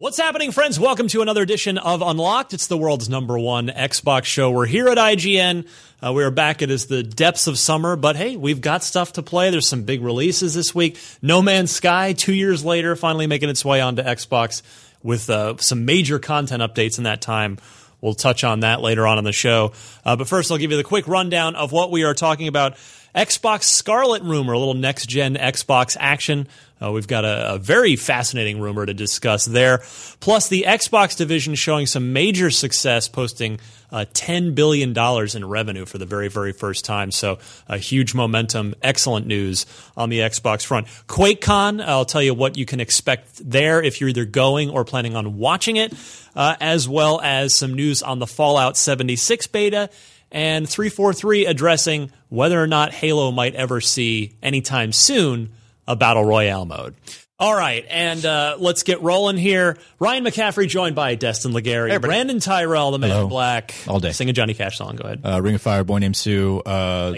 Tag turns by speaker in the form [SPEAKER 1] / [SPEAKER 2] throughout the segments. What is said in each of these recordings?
[SPEAKER 1] What's happening, friends? Welcome to another edition of Unlocked. It's the world's number one Xbox show. We're here at IGN. Uh, we are back. It is the depths of summer, but hey, we've got stuff to play. There's some big releases this week. No Man's Sky, two years later, finally making its way onto Xbox with uh, some major content updates in that time. We'll touch on that later on in the show. Uh, but first, I'll give you the quick rundown of what we are talking about. Xbox Scarlet rumor, a little next gen Xbox action. Uh, we've got a, a very fascinating rumor to discuss there. Plus, the Xbox division showing some major success, posting uh, $10 billion in revenue for the very, very first time. So, a huge momentum, excellent news on the Xbox front. QuakeCon, I'll tell you what you can expect there if you're either going or planning on watching it, uh, as well as some news on the Fallout 76 beta and 343 addressing whether or not Halo might ever see anytime soon a battle royale mode. All right, and uh, let's get rolling here. Ryan McCaffrey joined by Destin Legary, Brandon Tyrell, the man in black,
[SPEAKER 2] All day.
[SPEAKER 1] sing a Johnny Cash song. Go ahead,
[SPEAKER 2] uh, Ring of Fire, Boy Named Sue, uh,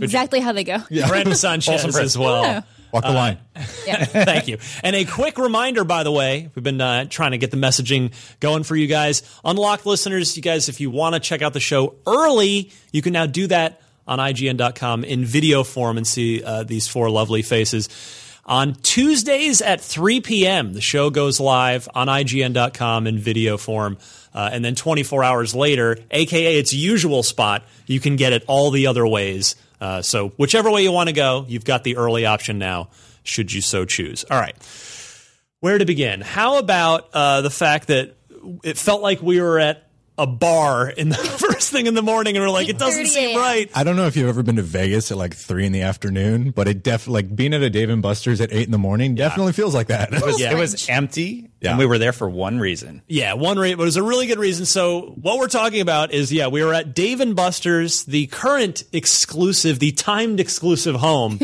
[SPEAKER 3] exactly how they go.
[SPEAKER 1] Brandon Sanchez as well.
[SPEAKER 2] Walk the Line.
[SPEAKER 1] Thank you. And a quick reminder, by the way, we've been uh, trying to get the messaging going for you guys. Unlocked listeners, you guys, if you want to check out the show early, you can now do that on IGN.com in video form and see uh, these four lovely faces. On Tuesdays at 3 p.m., the show goes live on IGN.com in video form. Uh, and then 24 hours later, aka its usual spot, you can get it all the other ways. Uh, so, whichever way you want to go, you've got the early option now, should you so choose. All right where to begin? How about uh, the fact that it felt like we were at a bar in the first thing in the morning, and we're like, it doesn't
[SPEAKER 3] 8:30
[SPEAKER 1] seem
[SPEAKER 3] a.m.
[SPEAKER 1] right.
[SPEAKER 2] I don't know if you've ever been to Vegas at like three in the afternoon, but it def like being at a Dave and Buster's at eight in the morning definitely feels like that.
[SPEAKER 1] Yeah.
[SPEAKER 4] It was empty,
[SPEAKER 2] Yeah.
[SPEAKER 4] and we were there for one reason.
[SPEAKER 1] Yeah, one rate, but it was a really good reason. So what we're talking about is yeah, we were at Dave and Buster's, the current exclusive, the timed exclusive home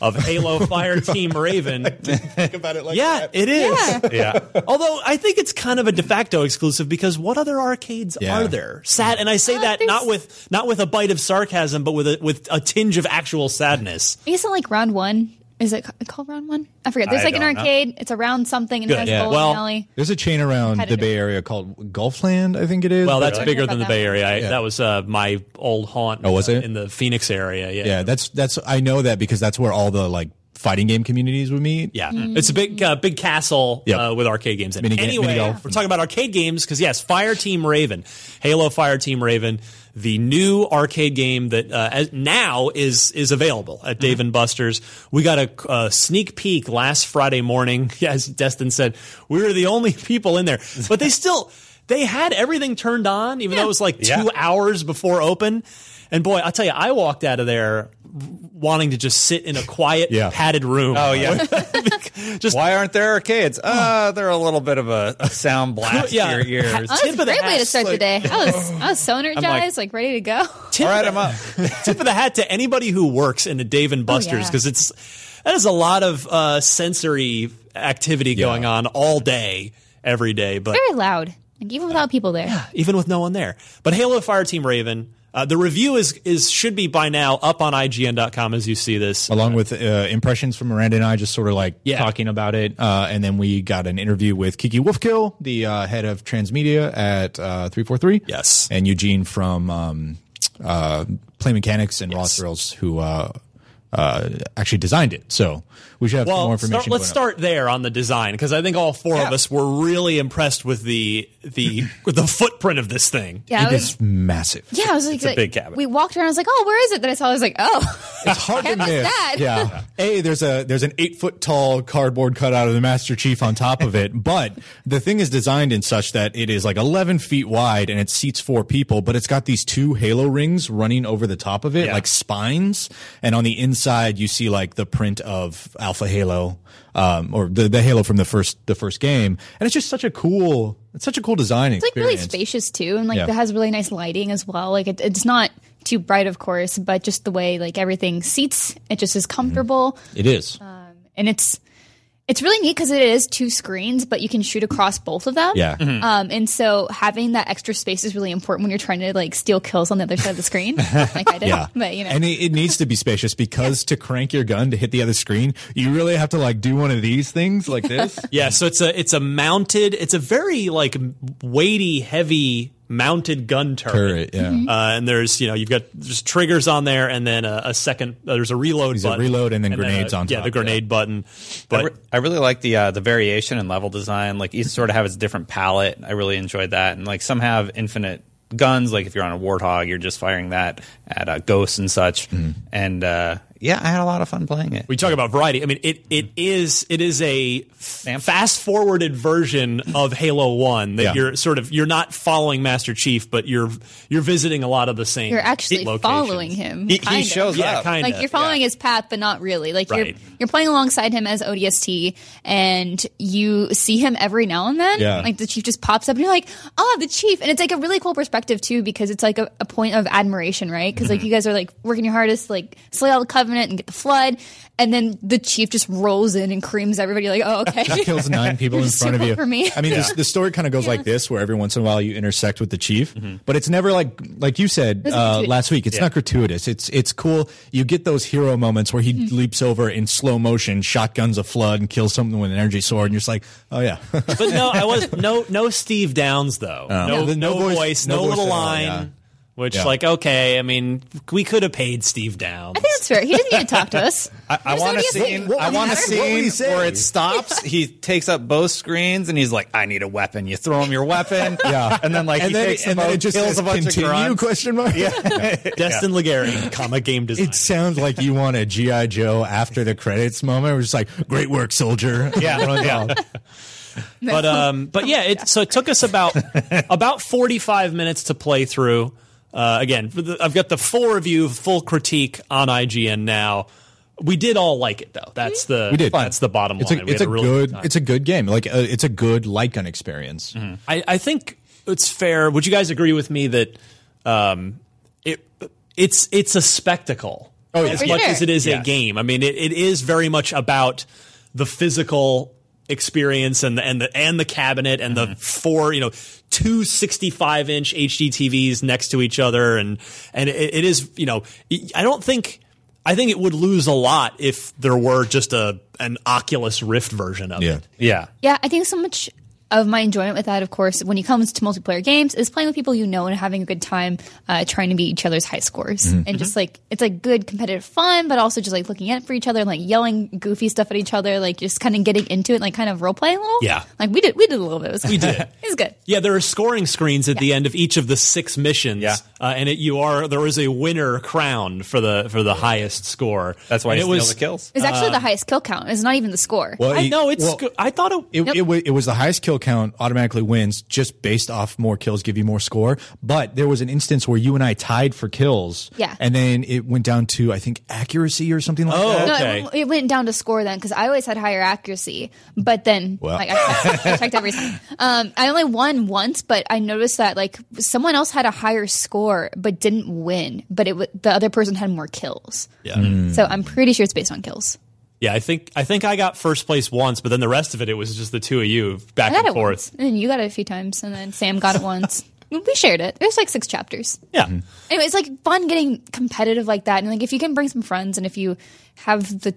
[SPEAKER 1] of Halo Fire Team Raven.
[SPEAKER 2] Think about it like
[SPEAKER 1] yeah, it is. Yeah. Although I think it's kind of a de facto exclusive because what other arcades
[SPEAKER 2] Yeah.
[SPEAKER 1] are there? Sad, and I say that not with not with a bite of sarcasm, but with a with a tinge of actual sadness.
[SPEAKER 3] Isn't like round one? Is it ca- called round one? I forget. There's
[SPEAKER 4] I
[SPEAKER 3] like an
[SPEAKER 4] don't know.
[SPEAKER 3] arcade. It's a round something and it
[SPEAKER 1] Good.
[SPEAKER 3] has
[SPEAKER 1] Yeah.
[SPEAKER 3] bowling
[SPEAKER 1] Well,
[SPEAKER 3] alley.
[SPEAKER 2] There's a chain around the
[SPEAKER 3] Competitive.
[SPEAKER 2] Bay Area called Gulfland, I think it is.
[SPEAKER 1] Well, Oh, that's
[SPEAKER 3] Really?
[SPEAKER 1] bigger than the
[SPEAKER 3] About that
[SPEAKER 1] Bay
[SPEAKER 3] one.
[SPEAKER 1] Area. I, That was uh, my old haunt.
[SPEAKER 2] Oh, was
[SPEAKER 1] uh,
[SPEAKER 2] it?
[SPEAKER 1] in the Phoenix area? Yeah.
[SPEAKER 2] yeah, that's that's I know that because that's where all the like fighting game communities would meet.
[SPEAKER 1] Yeah, it's a big, uh, big castle
[SPEAKER 2] Mm-hmm. Yep.
[SPEAKER 1] uh, with arcade games. In it.
[SPEAKER 2] Mini ga-
[SPEAKER 1] anyway,
[SPEAKER 2] mini golf.
[SPEAKER 1] we're talking about arcade games because yes, Fire Team Raven, Halo Fire Team Raven, the new arcade game that uh, as, now is is available at Dave
[SPEAKER 2] Mm-hmm.
[SPEAKER 1] and Buster's. We got a uh, sneak peek last Friday morning. As Destin said, we were the only people in there, but they still they had everything turned on, even though it was like two
[SPEAKER 4] Yeah.
[SPEAKER 1] hours before open. And boy, I tell you, I walked out of there wanting to just sit in a quiet,
[SPEAKER 2] Yeah.
[SPEAKER 1] padded room.
[SPEAKER 4] Oh, yeah.
[SPEAKER 1] just
[SPEAKER 4] Why aren't there arcades? Uh, they're a little bit of a, a sound blast
[SPEAKER 1] Yeah.
[SPEAKER 4] to your ears.
[SPEAKER 1] Tip
[SPEAKER 3] Oh, that's
[SPEAKER 1] of the
[SPEAKER 3] a great way to
[SPEAKER 1] ass,
[SPEAKER 3] start
[SPEAKER 1] like-
[SPEAKER 3] the day. I was I was so energized, like, ready to go.
[SPEAKER 4] All right, I'm up.
[SPEAKER 1] tip of the hat to anybody who works in a Dave and Buster's
[SPEAKER 3] Oh, yeah.
[SPEAKER 1] because it's that is a lot of uh, sensory activity going on all day, every day. But
[SPEAKER 3] Very loud, like even without people there.
[SPEAKER 1] even with no one there. But Halo Fire Team Raven, Uh, the review is is should be by now up on IGN.com as you see this.
[SPEAKER 2] along with uh, impressions from Miranda and I, just sort of like
[SPEAKER 1] Yeah.
[SPEAKER 2] talking about it. Uh, and then we got an interview with Kiki Wolfkill, the uh, head of transmedia at uh, 343.
[SPEAKER 1] Yes.
[SPEAKER 2] And Eugene from um, uh, Play Mechanics and Raw Thrills, who uh, uh, actually designed it. So we should have
[SPEAKER 1] Well,
[SPEAKER 2] more information.
[SPEAKER 1] start, let's
[SPEAKER 2] going up.
[SPEAKER 1] start there on the design because I think all four of
[SPEAKER 4] Yeah.
[SPEAKER 1] us were really impressed with the the with the footprint of this thing.
[SPEAKER 3] Yeah, I
[SPEAKER 2] It
[SPEAKER 3] was,
[SPEAKER 2] is massive.
[SPEAKER 3] yeah, I was like,
[SPEAKER 4] a
[SPEAKER 3] like-
[SPEAKER 4] big cabin.
[SPEAKER 3] We walked around. I was like, oh, where is it? Then I saw. it, I was like, oh,
[SPEAKER 2] It's hard to
[SPEAKER 3] How about
[SPEAKER 2] miss.
[SPEAKER 3] that?
[SPEAKER 2] Yeah. A there's a there's an eight foot tall cardboard cutout of the Master Chief on top of it, but the thing is designed in such that it is like eleven feet wide and it seats four people, but it's got these two halo rings running over the top of it
[SPEAKER 1] Yeah.
[SPEAKER 2] like spines, and on the inside you see like the print of Alpha Halo, um, or the, the Halo from the first the first game, and it's just such a cool it's such a cool design
[SPEAKER 3] it's like really
[SPEAKER 2] experience.
[SPEAKER 3] spacious too, and like
[SPEAKER 2] Yeah.
[SPEAKER 3] it has really nice lighting as well. Like it, it's not too bright, of course, but just the way like everything seats, it just is comfortable,
[SPEAKER 2] Mm-hmm.
[SPEAKER 3] Um,
[SPEAKER 2] It is.
[SPEAKER 3] and it's it's really neat because it is two screens, but you can shoot across both of them.
[SPEAKER 2] yeah.
[SPEAKER 4] Mm-hmm.
[SPEAKER 3] Um, and so having that extra space is really important when you're trying to like steal kills on the other side of the screen, like I did.
[SPEAKER 2] Yeah.
[SPEAKER 3] But you know,
[SPEAKER 2] And it, it needs to be spacious because to crank your gun to hit the other screen, you really have to like do one of these things like this.
[SPEAKER 1] Yeah, so it's a it's a mounted. It's a very like weighty, heavy mounted gun turret.
[SPEAKER 2] Turret, yeah. Mhm.
[SPEAKER 1] Uh, and there's you know you've got there's triggers on there, and then a, a second uh, there's a reload
[SPEAKER 2] a
[SPEAKER 1] button,
[SPEAKER 2] reload and then grenades
[SPEAKER 1] a-
[SPEAKER 2] on
[SPEAKER 1] Yeah,
[SPEAKER 2] top,
[SPEAKER 1] the grenade button.
[SPEAKER 4] I,
[SPEAKER 1] But
[SPEAKER 4] re- I really like the uh, the variation and level design. Like each sort of have its different palette. I really enjoyed that. And like some have infinite guns. Like if you're on a warthog, you're just firing that at uh, ghosts and such. And uh, yeah, I had a lot of fun playing it.
[SPEAKER 1] we talk about variety. I mean, it it
[SPEAKER 2] Mm-hmm.
[SPEAKER 1] is it is a fast forwarded version of Halo One that
[SPEAKER 2] Yeah.
[SPEAKER 1] you're sort of you're not following Master Chief, but you're you're visiting a lot of the same.
[SPEAKER 3] you're actually
[SPEAKER 1] locations.
[SPEAKER 3] following him.
[SPEAKER 4] he, he
[SPEAKER 3] kind of.
[SPEAKER 4] shows
[SPEAKER 1] Yeah,
[SPEAKER 4] up.
[SPEAKER 1] kind of.
[SPEAKER 3] Like you're following his path, but not really. Like
[SPEAKER 1] Right.
[SPEAKER 3] you're you're playing alongside him as ODST, and you see him every now and then.
[SPEAKER 2] Yeah.
[SPEAKER 3] Like the chief just pops up, and you're like, "Oh, the chief!" And it's like a really cool perspective too, because it's like a, a point of admiration, right? Because like you guys are like working your hardest, to, like slay all the covenant and get the flood, and then the chief just rolls in and creams everybody. Like, oh, okay.
[SPEAKER 2] That kills nine people
[SPEAKER 3] You're
[SPEAKER 2] in
[SPEAKER 3] just
[SPEAKER 2] front of
[SPEAKER 3] too
[SPEAKER 2] you.
[SPEAKER 3] cool for me.
[SPEAKER 2] I mean, this, the story kind of goes like this, where every once in a while you intersect with the chief,
[SPEAKER 4] Mm-hmm.
[SPEAKER 2] but it's never like like you said
[SPEAKER 3] It's
[SPEAKER 2] uh,
[SPEAKER 3] gratuitous.
[SPEAKER 2] last week. It's not gratuitous. It's it's cool. You get those hero moments where he
[SPEAKER 3] Mm-hmm.
[SPEAKER 2] leaps over in slow motion, shotguns a flood, and kills someone with an energy sword, and you're just like, oh yeah,
[SPEAKER 1] but no, I was no no Steve Downs though. No, no,
[SPEAKER 2] No. No
[SPEAKER 1] voice,
[SPEAKER 2] voice-
[SPEAKER 1] no,
[SPEAKER 2] no voice
[SPEAKER 1] little
[SPEAKER 2] at all,
[SPEAKER 1] line.
[SPEAKER 2] yeah.
[SPEAKER 1] Which
[SPEAKER 2] Yeah.
[SPEAKER 1] like okay, I mean we could have paid Steve Downs.
[SPEAKER 3] I think that's fair. He doesn't need to talk to us.
[SPEAKER 4] I, I want a
[SPEAKER 3] ODST.
[SPEAKER 4] scene.
[SPEAKER 3] What
[SPEAKER 4] I
[SPEAKER 3] would
[SPEAKER 4] want a
[SPEAKER 3] he say? What
[SPEAKER 2] would he
[SPEAKER 4] scene
[SPEAKER 2] say?
[SPEAKER 4] where it stops. He takes up both screens and he's like, "I need a weapon." You throw him your weapon.
[SPEAKER 2] Yeah.
[SPEAKER 4] and then like
[SPEAKER 2] and
[SPEAKER 4] he
[SPEAKER 2] then,
[SPEAKER 4] takes
[SPEAKER 2] and
[SPEAKER 4] them
[SPEAKER 2] then it
[SPEAKER 4] both,
[SPEAKER 2] just
[SPEAKER 4] kills
[SPEAKER 2] says,
[SPEAKER 4] a bunch of
[SPEAKER 2] continue
[SPEAKER 4] grunts.
[SPEAKER 2] question mark. Yeah.
[SPEAKER 1] Destin Legarian, comma game design.
[SPEAKER 2] It sounds like you want a GI Joe after the credits moment. We're just like, great work, soldier. oh.
[SPEAKER 4] Yeah, yeah.
[SPEAKER 1] but um, but yeah, it, so it took us about about forty five minutes to play through. Uh, again, for the- I've got the full review, full critique on IGN now. We did all like it though. That's the
[SPEAKER 2] We did.
[SPEAKER 1] That's the bottom
[SPEAKER 2] It's
[SPEAKER 1] line.
[SPEAKER 2] a,
[SPEAKER 1] We
[SPEAKER 2] it's
[SPEAKER 1] had
[SPEAKER 2] a,
[SPEAKER 1] really
[SPEAKER 2] good,
[SPEAKER 1] time.
[SPEAKER 2] it's a good game. Like, uh, it's a good light gun experience.
[SPEAKER 1] I, I think it's fair. Would you guys agree with me that um, it it's it's a spectacle
[SPEAKER 2] Oh, yeah.
[SPEAKER 1] as
[SPEAKER 3] For
[SPEAKER 1] much
[SPEAKER 3] sure.
[SPEAKER 1] as it is a
[SPEAKER 4] Yes.
[SPEAKER 1] game? I mean, it, it is very much about the physical experience and the and the and the cabinet and
[SPEAKER 2] Mm-hmm.
[SPEAKER 1] the four you know two 65 inch HD TVs next to each other and and it, it is you know I don't think. I think it would lose a lot if there were just a an Oculus Rift version of
[SPEAKER 2] Yeah.
[SPEAKER 1] it.
[SPEAKER 4] yeah.
[SPEAKER 3] Yeah, I think so much of my enjoyment with that, of course, when it comes to multiplayer games, is playing with people you know and having a good time, uh, trying to beat each other's high scores, and just like it's like good competitive fun, but also just like looking at for each other and like yelling goofy stuff at each other, like just kind of getting into it, like kind of role play a little.
[SPEAKER 1] Yeah.
[SPEAKER 3] like we did, we did a little bit. It was we
[SPEAKER 1] did.
[SPEAKER 3] it was good.
[SPEAKER 1] Yeah, there are scoring screens at the end of each of the six missions.
[SPEAKER 4] Yeah.
[SPEAKER 1] Uh, and it, you are there is a winner crowned for the for the highest score.
[SPEAKER 4] That's why
[SPEAKER 1] And
[SPEAKER 4] he
[SPEAKER 1] it
[SPEAKER 4] steals
[SPEAKER 1] was
[SPEAKER 4] the kills.
[SPEAKER 3] It was actually the highest kill count. It's not even the score.
[SPEAKER 2] Well,
[SPEAKER 1] I
[SPEAKER 2] it-
[SPEAKER 1] know it's.
[SPEAKER 2] well,
[SPEAKER 1] good. I thought it.
[SPEAKER 2] It, it, wa- it was the highest kill count automatically wins just based off more kills give you more score. But there was an instance where you and I tied for kills.
[SPEAKER 3] Yeah.
[SPEAKER 2] And then it went down to, I think, accuracy or something like that.
[SPEAKER 3] No,
[SPEAKER 1] okay.
[SPEAKER 3] it, w- it went down to score then because I always had higher accuracy, but then
[SPEAKER 2] Well.
[SPEAKER 3] like I, I checked every time. Um, I only won once, but I noticed that like someone else had a higher score but didn't win, but it w- the other person had more kills.
[SPEAKER 1] Yeah.
[SPEAKER 3] So I'm pretty sure it's based on kills.
[SPEAKER 1] Yeah, I think I think I got first place once, but then the rest of it it was just the two of you back
[SPEAKER 3] I got
[SPEAKER 1] and
[SPEAKER 3] it
[SPEAKER 1] forth.
[SPEAKER 3] once, and you got it a few times, and then Sam got it once. we shared it. There's like six chapters.
[SPEAKER 1] Yeah.
[SPEAKER 2] Mm-hmm.
[SPEAKER 3] Anyway, it's like fun getting competitive like that, and like if you can bring some friends, and if you have the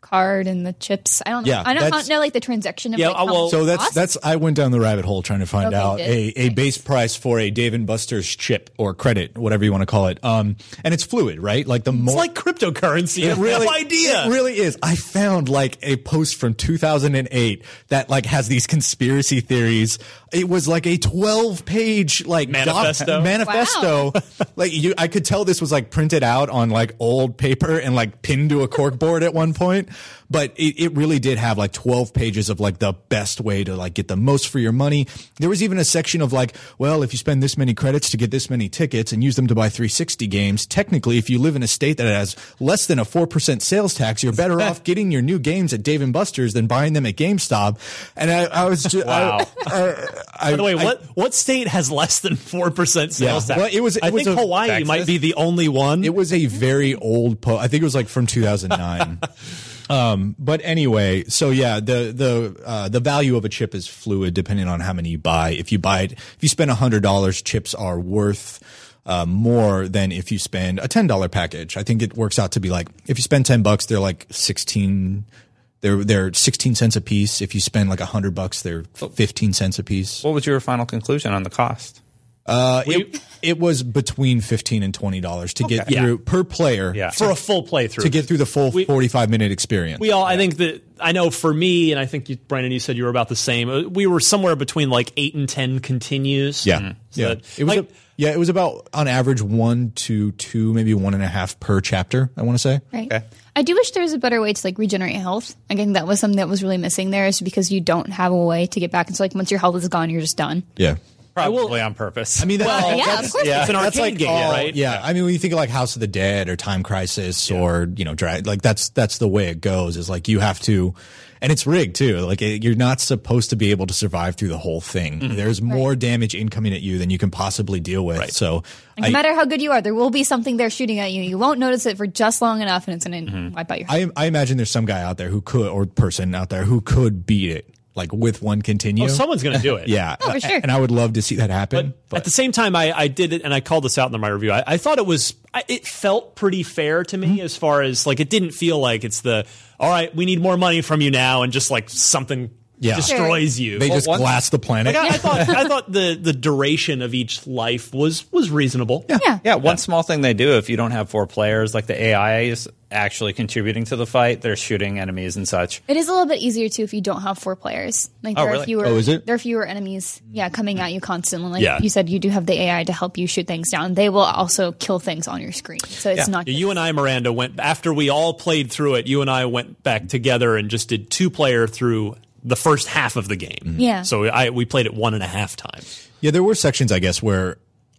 [SPEAKER 3] card and the chips, I don't know.
[SPEAKER 2] Yeah,
[SPEAKER 3] I don't, I
[SPEAKER 2] that's-
[SPEAKER 3] don't know like the transaction of
[SPEAKER 1] Yeah,
[SPEAKER 3] like,
[SPEAKER 1] I
[SPEAKER 3] how
[SPEAKER 1] will-
[SPEAKER 3] much
[SPEAKER 2] So
[SPEAKER 3] it
[SPEAKER 2] that's
[SPEAKER 3] costs.
[SPEAKER 2] that's I went down the rabbit hole trying to find
[SPEAKER 3] Okay,
[SPEAKER 2] out
[SPEAKER 3] good.
[SPEAKER 2] a, a
[SPEAKER 3] Thanks.
[SPEAKER 2] base price for a Dave and Buster's chip or credit, whatever you want to call it. Um, and it's fluid, right? Like the more
[SPEAKER 1] It's like cryptocurrency. I
[SPEAKER 2] it
[SPEAKER 1] have
[SPEAKER 2] really,
[SPEAKER 1] no idea.
[SPEAKER 2] It really is. I found like a post from 2008 that like has these conspiracy theories. It was like a 12 page like doc-
[SPEAKER 1] Manifesto?
[SPEAKER 2] manifesto. like you, I could tell this was like printed out on like old paper and like pinned to a cork board at one point. But it, it really did have like 12 pages of like the best way to like get the most for your money. There was even a section of like, well, if you spend this many credits to get this many tickets and use them to buy 360 games, technically, if you live in a state that has less than a 4% sales tax, you're better off getting your new games at Dave and Buster's than buying them at GameStop. And I, I was just,
[SPEAKER 4] Wow.
[SPEAKER 2] I, I-
[SPEAKER 1] By the way,
[SPEAKER 2] I-
[SPEAKER 1] what what state has less than four percent sales
[SPEAKER 2] Yeah.
[SPEAKER 1] tax?
[SPEAKER 2] Well, it was-
[SPEAKER 1] I
[SPEAKER 2] it was
[SPEAKER 1] think
[SPEAKER 2] a-
[SPEAKER 1] Hawaii
[SPEAKER 4] Texas?
[SPEAKER 1] might be the only one.
[SPEAKER 2] It was a very old post. I think it was like from 2009. um, but anyway, so yeah, the the uh, the value of a chip is fluid depending on how many you buy. If you buy it, if you spend hundred dollars, chips are worth. Uh, more than if you spend a ten dollar package. I think it works out to be like if you spend ten bucks, they're like sixteen. They're they're sixteen cents a piece. If you spend like a hundred bucks, they're fifteen cents a piece.
[SPEAKER 4] What was your final conclusion on the cost?
[SPEAKER 2] it, it was between fifteen and twenty dollars to get
[SPEAKER 1] Yeah.
[SPEAKER 2] through per player
[SPEAKER 4] Yeah.
[SPEAKER 1] for a full playthrough
[SPEAKER 2] to get through the full 45 minute experience.
[SPEAKER 1] We all, I think that I know for me, and I think you, Brandon, you said you were about the same. uh, We were somewhere between like eight and ten continues.
[SPEAKER 2] yeah.
[SPEAKER 1] Mm-hmm. So
[SPEAKER 2] Yeah.
[SPEAKER 1] that-
[SPEAKER 2] it was
[SPEAKER 1] like-
[SPEAKER 2] a- yeah, it was about on average one to two, maybe one and a half per chapter, I want to say.
[SPEAKER 3] Right.
[SPEAKER 4] Okay.
[SPEAKER 3] I do wish there was a better way to like regenerate health. I think that was something that was really missing there is because you don't have a way to get back. And so like once your health is gone, you're just done.
[SPEAKER 2] Yeah.
[SPEAKER 4] Probably on purpose.
[SPEAKER 2] I mean, that,
[SPEAKER 3] yeah, of course.
[SPEAKER 1] it's an arcade game, right?
[SPEAKER 2] Yeah. I mean, when you think of like House of the Dead or Time Crisis or, you know, Drag, like that's, that's the way it goes is like you have to, and it's rigged too. Like it, you're not supposed to be able to survive through the whole thing. There's more damage incoming at you than you can possibly deal with. So
[SPEAKER 3] Like, no matter how good you are, there will be something there shooting at you. You won't notice it for just long enough and it's going to wipe out your
[SPEAKER 2] Mm-hmm. I, I imagine there's some guy out there who could, or person out there who could beat it, like with one continue.
[SPEAKER 1] Oh, someone's going to do it.
[SPEAKER 2] yeah,
[SPEAKER 3] Oh, for sure.
[SPEAKER 2] And I would love to see that happen.
[SPEAKER 1] But, at the same time, I, I did it, and I called this out in my review. I, I thought it was, I, it felt pretty fair to me
[SPEAKER 2] Mm-hmm.
[SPEAKER 1] as far as like it didn't feel like it's the all right, we need more money from you now, and just like something
[SPEAKER 2] Yeah.
[SPEAKER 1] destroys you.
[SPEAKER 2] they just
[SPEAKER 4] once-
[SPEAKER 2] glass the planet.
[SPEAKER 1] Like, I, I thought, I thought the the duration of each life was was reasonable. Yeah.
[SPEAKER 3] Yeah.
[SPEAKER 4] Yeah, one small thing they do if you don't have four players, like the AI is actually contributing to the fight. They're shooting enemies and such.
[SPEAKER 3] It is a little bit easier too if you don't have four players. Like
[SPEAKER 4] Oh,
[SPEAKER 3] there
[SPEAKER 4] really?
[SPEAKER 3] are fewer
[SPEAKER 2] Oh, is it?
[SPEAKER 3] there are fewer enemies, yeah, coming at you constantly. Like
[SPEAKER 1] Yeah.
[SPEAKER 3] you said, you do have the AI to help you shoot things down. They will also kill things on your screen. So it's
[SPEAKER 4] Yeah.
[SPEAKER 3] not
[SPEAKER 1] You and I, Miranda, went after we all played through it. You and I went back together and just did two player through the first half of the game.
[SPEAKER 3] Yeah.
[SPEAKER 1] So I we played it one and a half times.
[SPEAKER 2] yeah, there were sections, I guess, where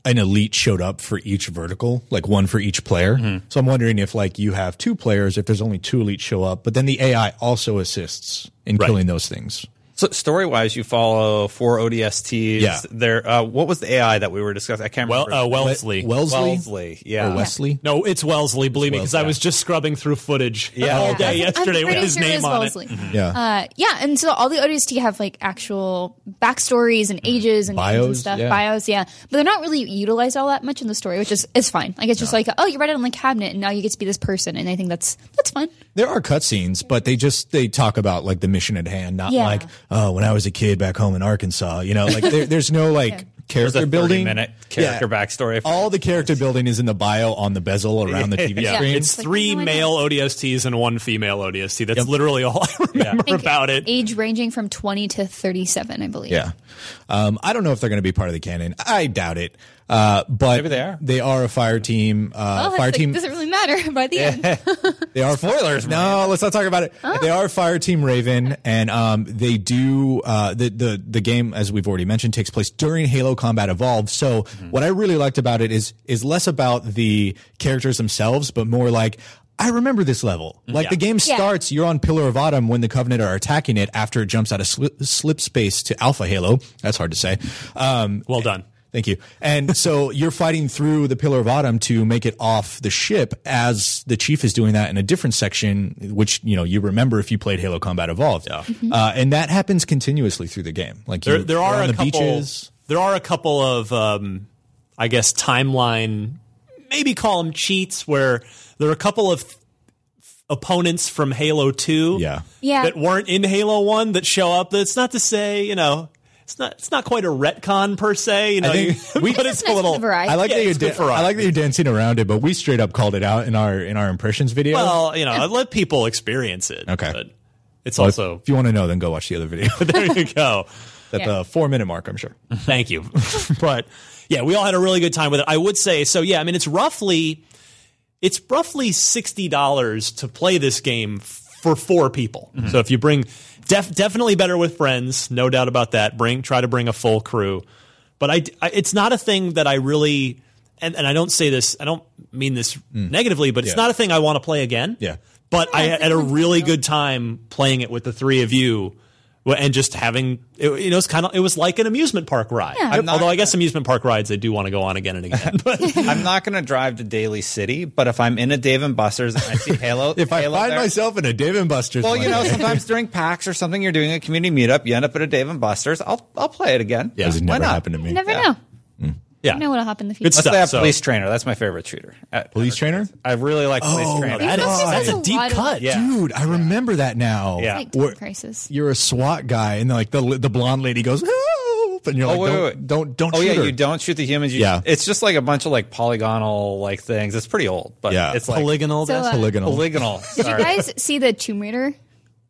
[SPEAKER 2] an elite showed up for each vertical, like one for each player. So I'm wondering if, like, you have two players, if there's only two elites show up, but then the AI also assists in
[SPEAKER 1] Right.
[SPEAKER 2] killing those things.
[SPEAKER 4] So story wise, you follow four ODSTs.
[SPEAKER 2] Yeah.
[SPEAKER 4] There, uh, what was the AI that we were discussing? I can't
[SPEAKER 1] Well,
[SPEAKER 4] remember.
[SPEAKER 1] uh, Wellesley.
[SPEAKER 2] Wellesley,
[SPEAKER 4] Wellesley, yeah.
[SPEAKER 2] or Wesley.
[SPEAKER 1] no, it's Wellesley. Believe me, because I was just scrubbing through footage all
[SPEAKER 3] I
[SPEAKER 1] day
[SPEAKER 3] think-
[SPEAKER 1] yesterday
[SPEAKER 3] I'm
[SPEAKER 1] with
[SPEAKER 3] pretty
[SPEAKER 1] his
[SPEAKER 3] sure it
[SPEAKER 1] name
[SPEAKER 3] is
[SPEAKER 1] on it.
[SPEAKER 3] Wellesley.
[SPEAKER 2] Mm-hmm. Yeah.
[SPEAKER 3] Uh, yeah, and so all the ODST have like actual backstories and ages and names and
[SPEAKER 2] Mm-hmm. Bios,
[SPEAKER 3] stuff,
[SPEAKER 2] yeah.
[SPEAKER 3] bios, yeah. But they're not really utilized all that much in the story, which is is fine. Like it's just like, oh, you read it on the cabinet, and now you get to be this person, and I think that's that's fun.
[SPEAKER 2] There are cutscenes, but they just they talk about like the mission at hand, not
[SPEAKER 3] Yeah.
[SPEAKER 2] like oh, when I was a kid back home in Arkansas. You know, like there, there's no like
[SPEAKER 4] There's a
[SPEAKER 2] character
[SPEAKER 4] 30
[SPEAKER 2] building.
[SPEAKER 4] minute character backstory.
[SPEAKER 2] All the character building is in the bio on the bezel around the TV
[SPEAKER 1] Yeah,
[SPEAKER 2] screen.
[SPEAKER 1] it's
[SPEAKER 3] Like,
[SPEAKER 1] three
[SPEAKER 3] no one
[SPEAKER 1] male ODSTs and one female ODST. That's
[SPEAKER 2] Yep.
[SPEAKER 1] literally all I remember
[SPEAKER 3] I think
[SPEAKER 1] about it.
[SPEAKER 3] Age ranging from twenty to thirty seven, I believe.
[SPEAKER 2] yeah, um, I don't know if they're going to be part of the canon. I doubt it. Uh, but
[SPEAKER 4] Maybe they are.
[SPEAKER 2] They are a fire team. Uh,
[SPEAKER 3] Well, Oh, that's
[SPEAKER 2] fire
[SPEAKER 3] like,
[SPEAKER 2] team.
[SPEAKER 3] doesn't really matter by the end.
[SPEAKER 2] They are spoilers. No, let's not talk about it. They are Fire Team Raven, and um, they do uh, the the the game as we've already mentioned takes place during Halo Combat Evolved. So what I really liked about it is is less about the characters themselves, but more like. I remember this level. Like the game
[SPEAKER 3] Yeah.
[SPEAKER 2] starts, you're on Pillar of Autumn when the Covenant are attacking it after it jumps out of slip, slip space to Alpha Halo. That's hard to say. Um,
[SPEAKER 1] Well done.
[SPEAKER 2] Thank you. And so you're fighting through the Pillar of Autumn to make it off the ship as the chief is doing that in a different section, which, you know, you remember if you played
[SPEAKER 3] Mm-hmm.
[SPEAKER 2] Halo Combat Evolved. Uh, and that happens continuously through the game. Like
[SPEAKER 1] There,
[SPEAKER 2] you-
[SPEAKER 1] there
[SPEAKER 2] you're
[SPEAKER 1] are
[SPEAKER 2] on
[SPEAKER 1] a
[SPEAKER 2] the
[SPEAKER 1] couple.
[SPEAKER 2] beaches.
[SPEAKER 1] there are a couple of, um, I guess, timeline, maybe call them cheats, where there are a couple of th- opponents from Halo 2
[SPEAKER 2] Yeah.
[SPEAKER 3] Yeah.
[SPEAKER 1] that weren't in Halo 1 that show up. That's not to say, you know, it's not, it's not quite a retcon per se, you know,
[SPEAKER 2] think we-
[SPEAKER 1] but
[SPEAKER 3] It's
[SPEAKER 1] it's
[SPEAKER 3] nice
[SPEAKER 1] a
[SPEAKER 3] for
[SPEAKER 1] little.
[SPEAKER 3] the variety.
[SPEAKER 2] I like
[SPEAKER 1] Yeah,
[SPEAKER 2] that you're
[SPEAKER 1] it's good
[SPEAKER 2] da-
[SPEAKER 1] for us.
[SPEAKER 2] I like that you're dancing around it, but we straight up called it out in our in our impressions video.
[SPEAKER 1] Well, you know, let people experience it.
[SPEAKER 2] Okay.
[SPEAKER 1] But it's
[SPEAKER 2] Well, if-
[SPEAKER 1] also,
[SPEAKER 2] if you want to know, then go watch the other video at
[SPEAKER 1] there you go.
[SPEAKER 2] the
[SPEAKER 3] Yeah.
[SPEAKER 2] four minute mark. I'm sure.
[SPEAKER 1] Thank you. but yeah, we all had a really good time with it. I would say so. Yeah, I mean, it's roughly it's roughly sixty dollars to play this game f- for four people. So if you bring, def- definitely better with friends, no doubt about that. Bring try to bring a full crew, but I, I- it's not a thing that I really. And, and I don't say this. I don't mean this negatively, but it's
[SPEAKER 2] Yeah.
[SPEAKER 1] not a thing I want to play again.
[SPEAKER 2] Yeah.
[SPEAKER 1] But I
[SPEAKER 3] it's
[SPEAKER 1] had a
[SPEAKER 3] like-
[SPEAKER 1] really good time playing it with the three of you, w- and just having it, you know it's kind of it was like an amusement park ride. I-
[SPEAKER 4] I'm not-
[SPEAKER 1] although I guess amusement park rides I do want to go on again and again. But
[SPEAKER 4] I'm not going to drive to Daly City, but if I'm in a Dave and Buster's and I see Halo,
[SPEAKER 2] If I
[SPEAKER 4] Halo
[SPEAKER 2] find
[SPEAKER 4] there-
[SPEAKER 2] myself in a Dave and Buster's,
[SPEAKER 4] well, you
[SPEAKER 2] one
[SPEAKER 4] know,
[SPEAKER 2] day-
[SPEAKER 4] sometimes during PAX or something, you're doing a community meetup, you end up at a Dave and Buster's. I'll I'll play it again.
[SPEAKER 2] That has never
[SPEAKER 4] Why not?
[SPEAKER 2] happened to me.
[SPEAKER 3] You never
[SPEAKER 4] Yeah.
[SPEAKER 3] know.
[SPEAKER 1] yeah,
[SPEAKER 3] You know what'll happen in the future.
[SPEAKER 1] Good
[SPEAKER 4] Let's
[SPEAKER 1] stuff.
[SPEAKER 4] play a
[SPEAKER 1] so-
[SPEAKER 4] police trainer. That's my favorite shooter. I,
[SPEAKER 2] Police trainer,
[SPEAKER 4] I really like police
[SPEAKER 1] Oh,
[SPEAKER 4] trainer.
[SPEAKER 1] that is,
[SPEAKER 3] Because
[SPEAKER 1] that's
[SPEAKER 3] there's
[SPEAKER 1] a
[SPEAKER 3] a
[SPEAKER 1] deep
[SPEAKER 3] lot of-
[SPEAKER 1] cut.
[SPEAKER 4] Yeah.
[SPEAKER 2] dude. I remember that now.
[SPEAKER 1] Yeah.
[SPEAKER 3] Like
[SPEAKER 2] Where-
[SPEAKER 3] time crisis.
[SPEAKER 2] you're a SWAT guy, and like the the blonde lady goes, help, and you're like,
[SPEAKER 4] Oh, wait,
[SPEAKER 2] don't,
[SPEAKER 4] wait, wait.
[SPEAKER 2] don't don't
[SPEAKER 4] Oh
[SPEAKER 2] shoot
[SPEAKER 4] yeah,
[SPEAKER 2] her.
[SPEAKER 4] you don't shoot the humans. You
[SPEAKER 2] Yeah.
[SPEAKER 4] it's just like a bunch of like polygonal like things. It's pretty old, but
[SPEAKER 2] Yeah.
[SPEAKER 4] it's like
[SPEAKER 1] polygonal.
[SPEAKER 3] So,
[SPEAKER 1] that's-
[SPEAKER 3] uh,
[SPEAKER 2] polygonal.
[SPEAKER 4] polygonal.
[SPEAKER 3] Did you
[SPEAKER 4] Sorry.
[SPEAKER 3] guys see the Tomb Raider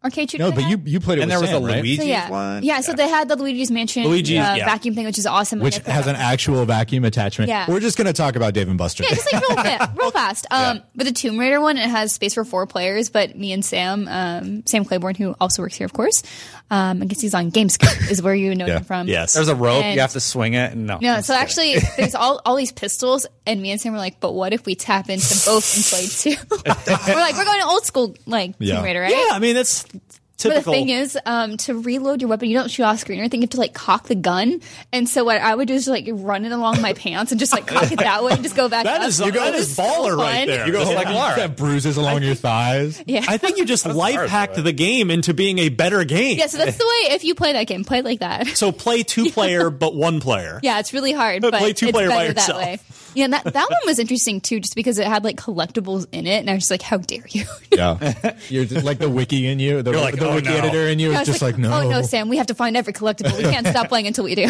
[SPEAKER 3] arcade shooter?
[SPEAKER 2] no,
[SPEAKER 3] they
[SPEAKER 2] but
[SPEAKER 3] had?
[SPEAKER 2] you you played it,
[SPEAKER 4] and
[SPEAKER 2] with
[SPEAKER 4] there was
[SPEAKER 2] Sam,
[SPEAKER 4] a
[SPEAKER 2] right?
[SPEAKER 4] Luigi
[SPEAKER 3] So, yeah.
[SPEAKER 4] one.
[SPEAKER 3] Yeah, so they had the Luigi's Mansion
[SPEAKER 1] Luigi's,
[SPEAKER 3] uh,
[SPEAKER 1] yeah.
[SPEAKER 3] vacuum thing, which is awesome.
[SPEAKER 2] which
[SPEAKER 3] And I
[SPEAKER 2] has an actual vacuum attachment.
[SPEAKER 3] Yeah.
[SPEAKER 2] We're just gonna talk about Dave and Buster's.
[SPEAKER 3] Yeah, just like real, fa- real fast. Um, But the Tomb Raider one, it has space for four players. But me and Sam, um, Sam Claiborne, who also works here, of course, um, I guess he's on Gamescoop, is where you know
[SPEAKER 2] Yeah.
[SPEAKER 3] him from.
[SPEAKER 1] Yes.
[SPEAKER 4] There's a rope.
[SPEAKER 3] And-
[SPEAKER 4] you have to swing it. and No.
[SPEAKER 3] No, so actually, there's all, all these pistols, and me and Sam were like, but what if we tap into both and play two? we're like, we're going to old school, like,
[SPEAKER 2] Yeah.
[SPEAKER 3] Tomb Raider, right?
[SPEAKER 1] yeah, I mean that's
[SPEAKER 3] But the
[SPEAKER 1] typical.
[SPEAKER 3] thing is, um, to reload your weapon, you don't shoot off screen or anything. You have to like cock the gun. And so what I would do is like run it along my pants and just like cock it that way and just go back.
[SPEAKER 1] That
[SPEAKER 3] up.
[SPEAKER 1] is- You go-
[SPEAKER 3] It
[SPEAKER 1] that
[SPEAKER 3] was
[SPEAKER 1] is baller
[SPEAKER 3] so
[SPEAKER 1] right
[SPEAKER 3] fun.
[SPEAKER 1] there.
[SPEAKER 2] You go
[SPEAKER 1] Just
[SPEAKER 2] home,
[SPEAKER 1] like
[SPEAKER 2] like
[SPEAKER 1] Lara.
[SPEAKER 2] you have bruises along your thighs.
[SPEAKER 3] Yeah.
[SPEAKER 1] I think you just life
[SPEAKER 4] hard,
[SPEAKER 1] hacked
[SPEAKER 4] though.
[SPEAKER 1] the game into being a better game.
[SPEAKER 3] yeah. So that's the way. If you play that game, play it like that.
[SPEAKER 1] So play two player but one player.
[SPEAKER 3] Yeah, it's really hard, but
[SPEAKER 1] Play two
[SPEAKER 3] it's
[SPEAKER 1] player
[SPEAKER 3] better
[SPEAKER 1] by
[SPEAKER 3] that
[SPEAKER 1] yourself.
[SPEAKER 3] way. Yeah, and that, that one was interesting too, just because it had like collectibles in it, and I was just like, "How dare you!"
[SPEAKER 2] Yeah, you're just, like the wiki in you, the,
[SPEAKER 1] You're like,
[SPEAKER 2] the
[SPEAKER 1] "Oh,
[SPEAKER 2] wiki
[SPEAKER 1] no."
[SPEAKER 2] editor in you
[SPEAKER 3] I
[SPEAKER 2] is
[SPEAKER 3] was
[SPEAKER 2] just like, no,
[SPEAKER 3] oh no, Sam, we have to find every collectible. We can't stop playing until we do."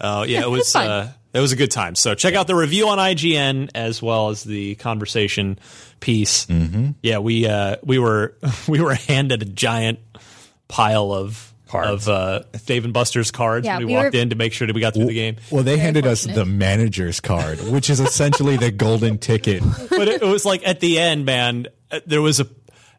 [SPEAKER 1] Oh yeah, it was
[SPEAKER 3] fun.
[SPEAKER 1] uh, it was a good time. So check out the review on IGN as well as the conversation piece. Mm-hmm. Yeah, we uh, we were we were handed a giant pile of of
[SPEAKER 4] Cards.
[SPEAKER 1] uh, Dave and Buster's cards
[SPEAKER 3] Yeah,
[SPEAKER 1] when we,
[SPEAKER 3] we were-
[SPEAKER 1] walked in to make sure that we got through the game.
[SPEAKER 2] Well, they handed us
[SPEAKER 3] fortunate.
[SPEAKER 2] the manager's card, which is essentially the golden ticket.
[SPEAKER 1] but it, it was like at the end, man. uh, There was a,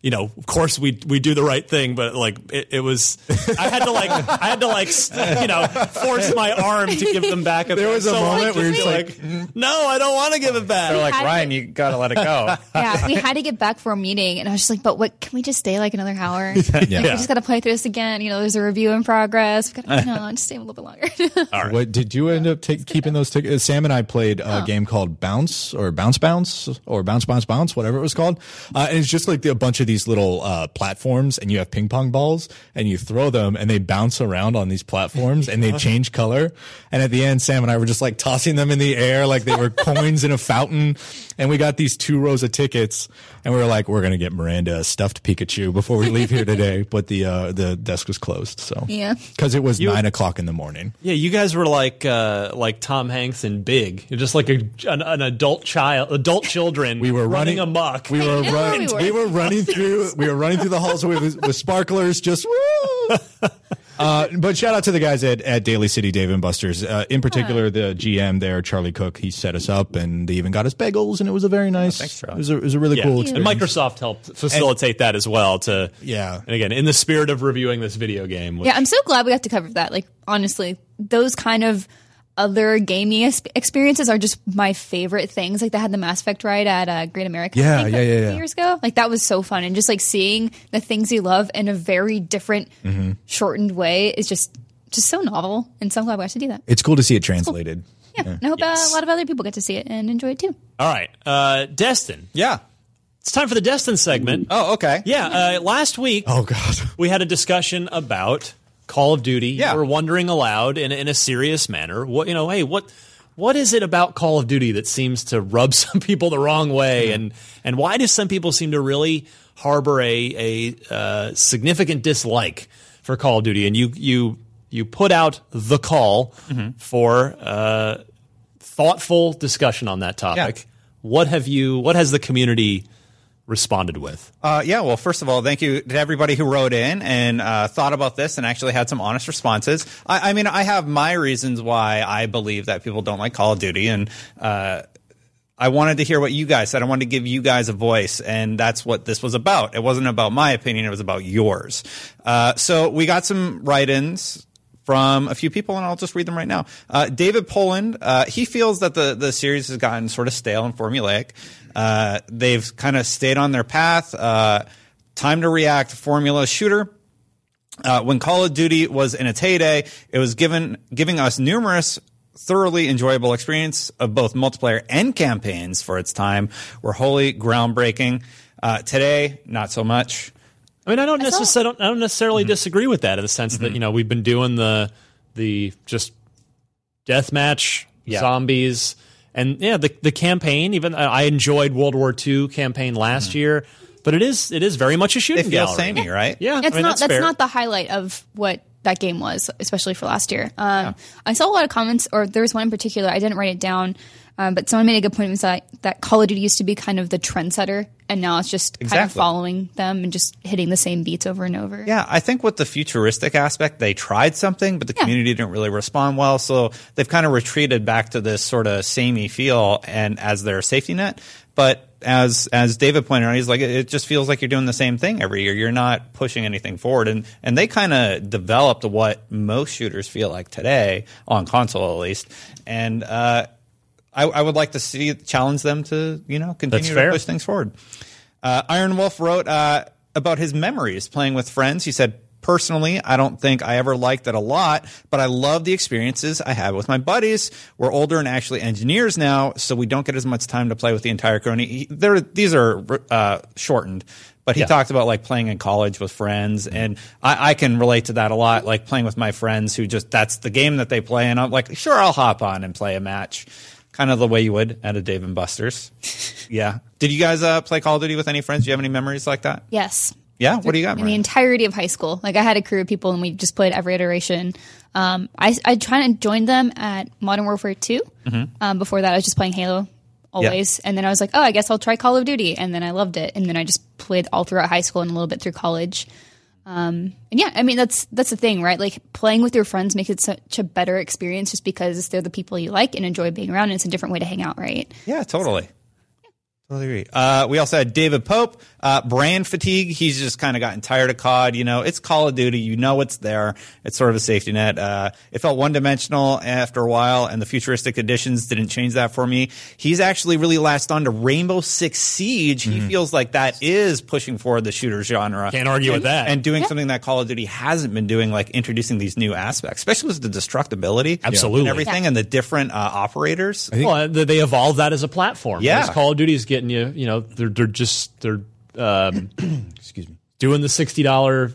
[SPEAKER 1] you know, of course we we do the right thing, but like it, it was, I had to like I had to like s- you know force my arm to give them back.
[SPEAKER 2] There was a moment where
[SPEAKER 1] you're
[SPEAKER 2] you're just like, "Mm."
[SPEAKER 1] no, I don't want to give it back.
[SPEAKER 4] They're like
[SPEAKER 3] How did
[SPEAKER 4] Ryan.
[SPEAKER 3] it-
[SPEAKER 4] You gotta let it go.
[SPEAKER 3] yeah, we had to get back for a meeting, and I was just like, "But what? Can we just stay like another hour? Like, we just got to play through this again. You know, there's a review in progress. We got to no, just stay a little bit longer.
[SPEAKER 2] What did you end up take, keeping those tickets? Sam and I played a game called Bounce or Bounce Bounce or Bounce Bounce Bounce, whatever it was called. Uh, and it's just like the, a bunch of these little uh, platforms, and you have ping pong balls, and you throw them, and they bounce around on these platforms, and they change color. And at the end, Sam and I were just like tossing them in the air like they were coins in a fountain. And we got these two rows of tickets, and we were like, we're gonna get Miranda a stuffed Pikachu before we leave here today. But the uh, the desk was closed, so
[SPEAKER 3] Yeah.
[SPEAKER 2] because it was nine o'clock in the morning.
[SPEAKER 1] yeah, you guys were like uh, like Tom Hanks and Big. You're just like a, an, an adult child, adult children.
[SPEAKER 2] We were running,
[SPEAKER 1] amok.
[SPEAKER 2] We were
[SPEAKER 3] know where
[SPEAKER 2] running.
[SPEAKER 3] we were.
[SPEAKER 2] We were running through. We were running through the halls with, with sparklers. Just woo. Uh, but shout out to the guys at, at Daily City Dave and Buster's. Uh, in particular, the GM there, Charlie Cook. He set us up, and they even got us bagels, and it was a very nice.
[SPEAKER 4] thanks, Charlie.
[SPEAKER 2] It was a, it was a really
[SPEAKER 1] Yeah.
[SPEAKER 2] cool
[SPEAKER 1] And
[SPEAKER 2] experience.
[SPEAKER 1] Microsoft helped facilitate that as well. To
[SPEAKER 2] Yeah.
[SPEAKER 1] and again, in the spirit of reviewing this video game, which
[SPEAKER 3] yeah, I'm so glad we got to cover that. Like, honestly, those kind of other gaming ex- experiences are just my favorite things. Like, they had the Mass Effect ride at uh, Great America. I
[SPEAKER 2] Yeah,
[SPEAKER 3] think,
[SPEAKER 2] yeah,
[SPEAKER 3] like,
[SPEAKER 2] yeah,
[SPEAKER 3] a few
[SPEAKER 2] yeah.
[SPEAKER 3] Years ago, like that was so fun, and just like seeing the things you love in a very different,
[SPEAKER 2] Mm-hmm.
[SPEAKER 3] shortened way is just just so novel. And so I'm glad we got to do that.
[SPEAKER 2] It's cool to see it translated.
[SPEAKER 3] Yeah, and I hope
[SPEAKER 1] Yes.
[SPEAKER 3] uh, a lot of other people get to see it and enjoy it too.
[SPEAKER 1] All right, uh, Destin.
[SPEAKER 4] yeah.
[SPEAKER 1] It's time for the Destin segment.
[SPEAKER 4] Oh, okay.
[SPEAKER 1] Yeah, uh, last week
[SPEAKER 2] Oh God.
[SPEAKER 1] we had a discussion about Call of Duty,
[SPEAKER 2] Yeah.
[SPEAKER 1] you were wondering aloud in, in a serious manner. What you know? Hey, what what is it about Call of Duty that seems to rub some people the wrong way, and and why do some people seem to really harbor a a uh, significant dislike for Call of Duty? And you you you put out the call for uh, thoughtful discussion on that topic. What have you? What has the community responded with?
[SPEAKER 4] Uh, yeah, well, first of all, thank you to everybody who wrote in and uh, thought about this and actually had some honest responses. I, I mean, I have my reasons why I believe that people don't like Call of Duty, and uh, I wanted to hear what you guys said. I wanted to give you guys a voice, and that's what this was about. It wasn't about my opinion; it was about yours. Uh, so we got some write-ins from a few people, and I'll just read them right now. Uh, David Poland, uh, he feels that the the series has gotten sort of stale and formulaic. Uh, they've kind of stayed on their path. Uh, time to react, formula shooter. Uh, when Call of Duty was in its heyday, it was given giving us numerous thoroughly enjoyable experience of both multiplayer and campaigns for its time were wholly groundbreaking. Uh, today, not so much.
[SPEAKER 1] I mean, I don't
[SPEAKER 3] saw-
[SPEAKER 1] necessarily, I don't, I don't necessarily
[SPEAKER 4] Mm-hmm.
[SPEAKER 1] disagree with that in the sense that you know we've been doing the the just deathmatch
[SPEAKER 4] Yeah.
[SPEAKER 1] zombies and yeah the the campaign. Even I I enjoyed World War II campaign last year, but it is it is very much a
[SPEAKER 4] Mm-hmm. They
[SPEAKER 1] shooting
[SPEAKER 4] feel
[SPEAKER 1] gallery.
[SPEAKER 4] samey, right?
[SPEAKER 1] Yeah,
[SPEAKER 3] It's
[SPEAKER 1] I mean,
[SPEAKER 3] not
[SPEAKER 1] that's,
[SPEAKER 3] that's,
[SPEAKER 1] fair.
[SPEAKER 3] not the highlight of what that game was, especially for last year. Um, I saw a lot of comments, or there was one in particular. I didn't write it down, um, but someone made a good point was that that Call of Duty used to be kind of the trendsetter, and now it's just kind of
[SPEAKER 4] Exactly.
[SPEAKER 3] following them and just hitting the same beats over and over.
[SPEAKER 4] Yeah, I think with the futuristic aspect, they tried something, but the community didn't really respond well. So they've kind of retreated back to this sort of samey feel and as their safety net. But as as David pointed out, he's like, it it just feels like you're doing the same thing every year. You're not pushing anything forward, and and they kind of developed what most shooters feel like today on console, at least. And uh, I, I would like to see challenge them to you know continue to
[SPEAKER 1] fair.
[SPEAKER 4] push things forward. Uh, Iron Wolf wrote uh, about his memories playing with friends. He said, Personally, I don't think I ever liked it a lot, but I love the experiences I had with my buddies. We're older and actually engineers now, so we don't get as much time to play with the entire crony. He, there, these are uh, shortened, but he
[SPEAKER 1] Yeah.
[SPEAKER 4] talked about like playing in college with friends, and I, I can relate to that a lot. Like playing with my friends who just that's the game that they play, and I'm like, sure, I'll hop on and play a match, kind of the way you would at a Dave and Buster's. yeah. Did you guys uh, play Call of Duty with any friends? Do you have any memories like that?
[SPEAKER 3] Yes.
[SPEAKER 4] Yeah. What do you got?
[SPEAKER 3] in the
[SPEAKER 4] Maria?
[SPEAKER 3] entirety of high school. Like I had a crew of people, and we just played every iteration. Um, I I tried to join them at Modern Warfare 2
[SPEAKER 4] Mm-hmm.
[SPEAKER 3] Um, before that, I was just playing Halo always, and then I was like, oh, I guess I'll try Call of Duty, and then I loved it, and then I just played all throughout high school and a little bit through college. Um, and yeah, I mean that's that's the thing, right? Like playing with your friends makes it such a better experience, just because they're the people you like and enjoy being around, and it's a different way to hang out, right?
[SPEAKER 4] Yeah, totally. Totally agree. Uh, we also had David Pope, uh, brand fatigue. He's just kind of gotten tired of COD. You know, it's Call of Duty. You know, it's there. It's sort of a safety net. Uh, it felt one dimensional after a while, and the futuristic additions didn't change that for me. He's actually really latched on to Rainbow Six Siege. He feels like that is pushing forward the shooter genre.
[SPEAKER 1] Mm-hmm. Can't argue with that.
[SPEAKER 4] And doing something that Call of Duty hasn't been doing, like introducing these new aspects, especially with the destructibility,
[SPEAKER 1] Absolutely.
[SPEAKER 4] and everything, and the different uh, operators.
[SPEAKER 1] well, they they evolved that as a platform.
[SPEAKER 4] Yeah.
[SPEAKER 1] As Call of Duty's getting you. You know, they're they're just they're um,
[SPEAKER 2] Excuse me.
[SPEAKER 1] doing the sixty dollar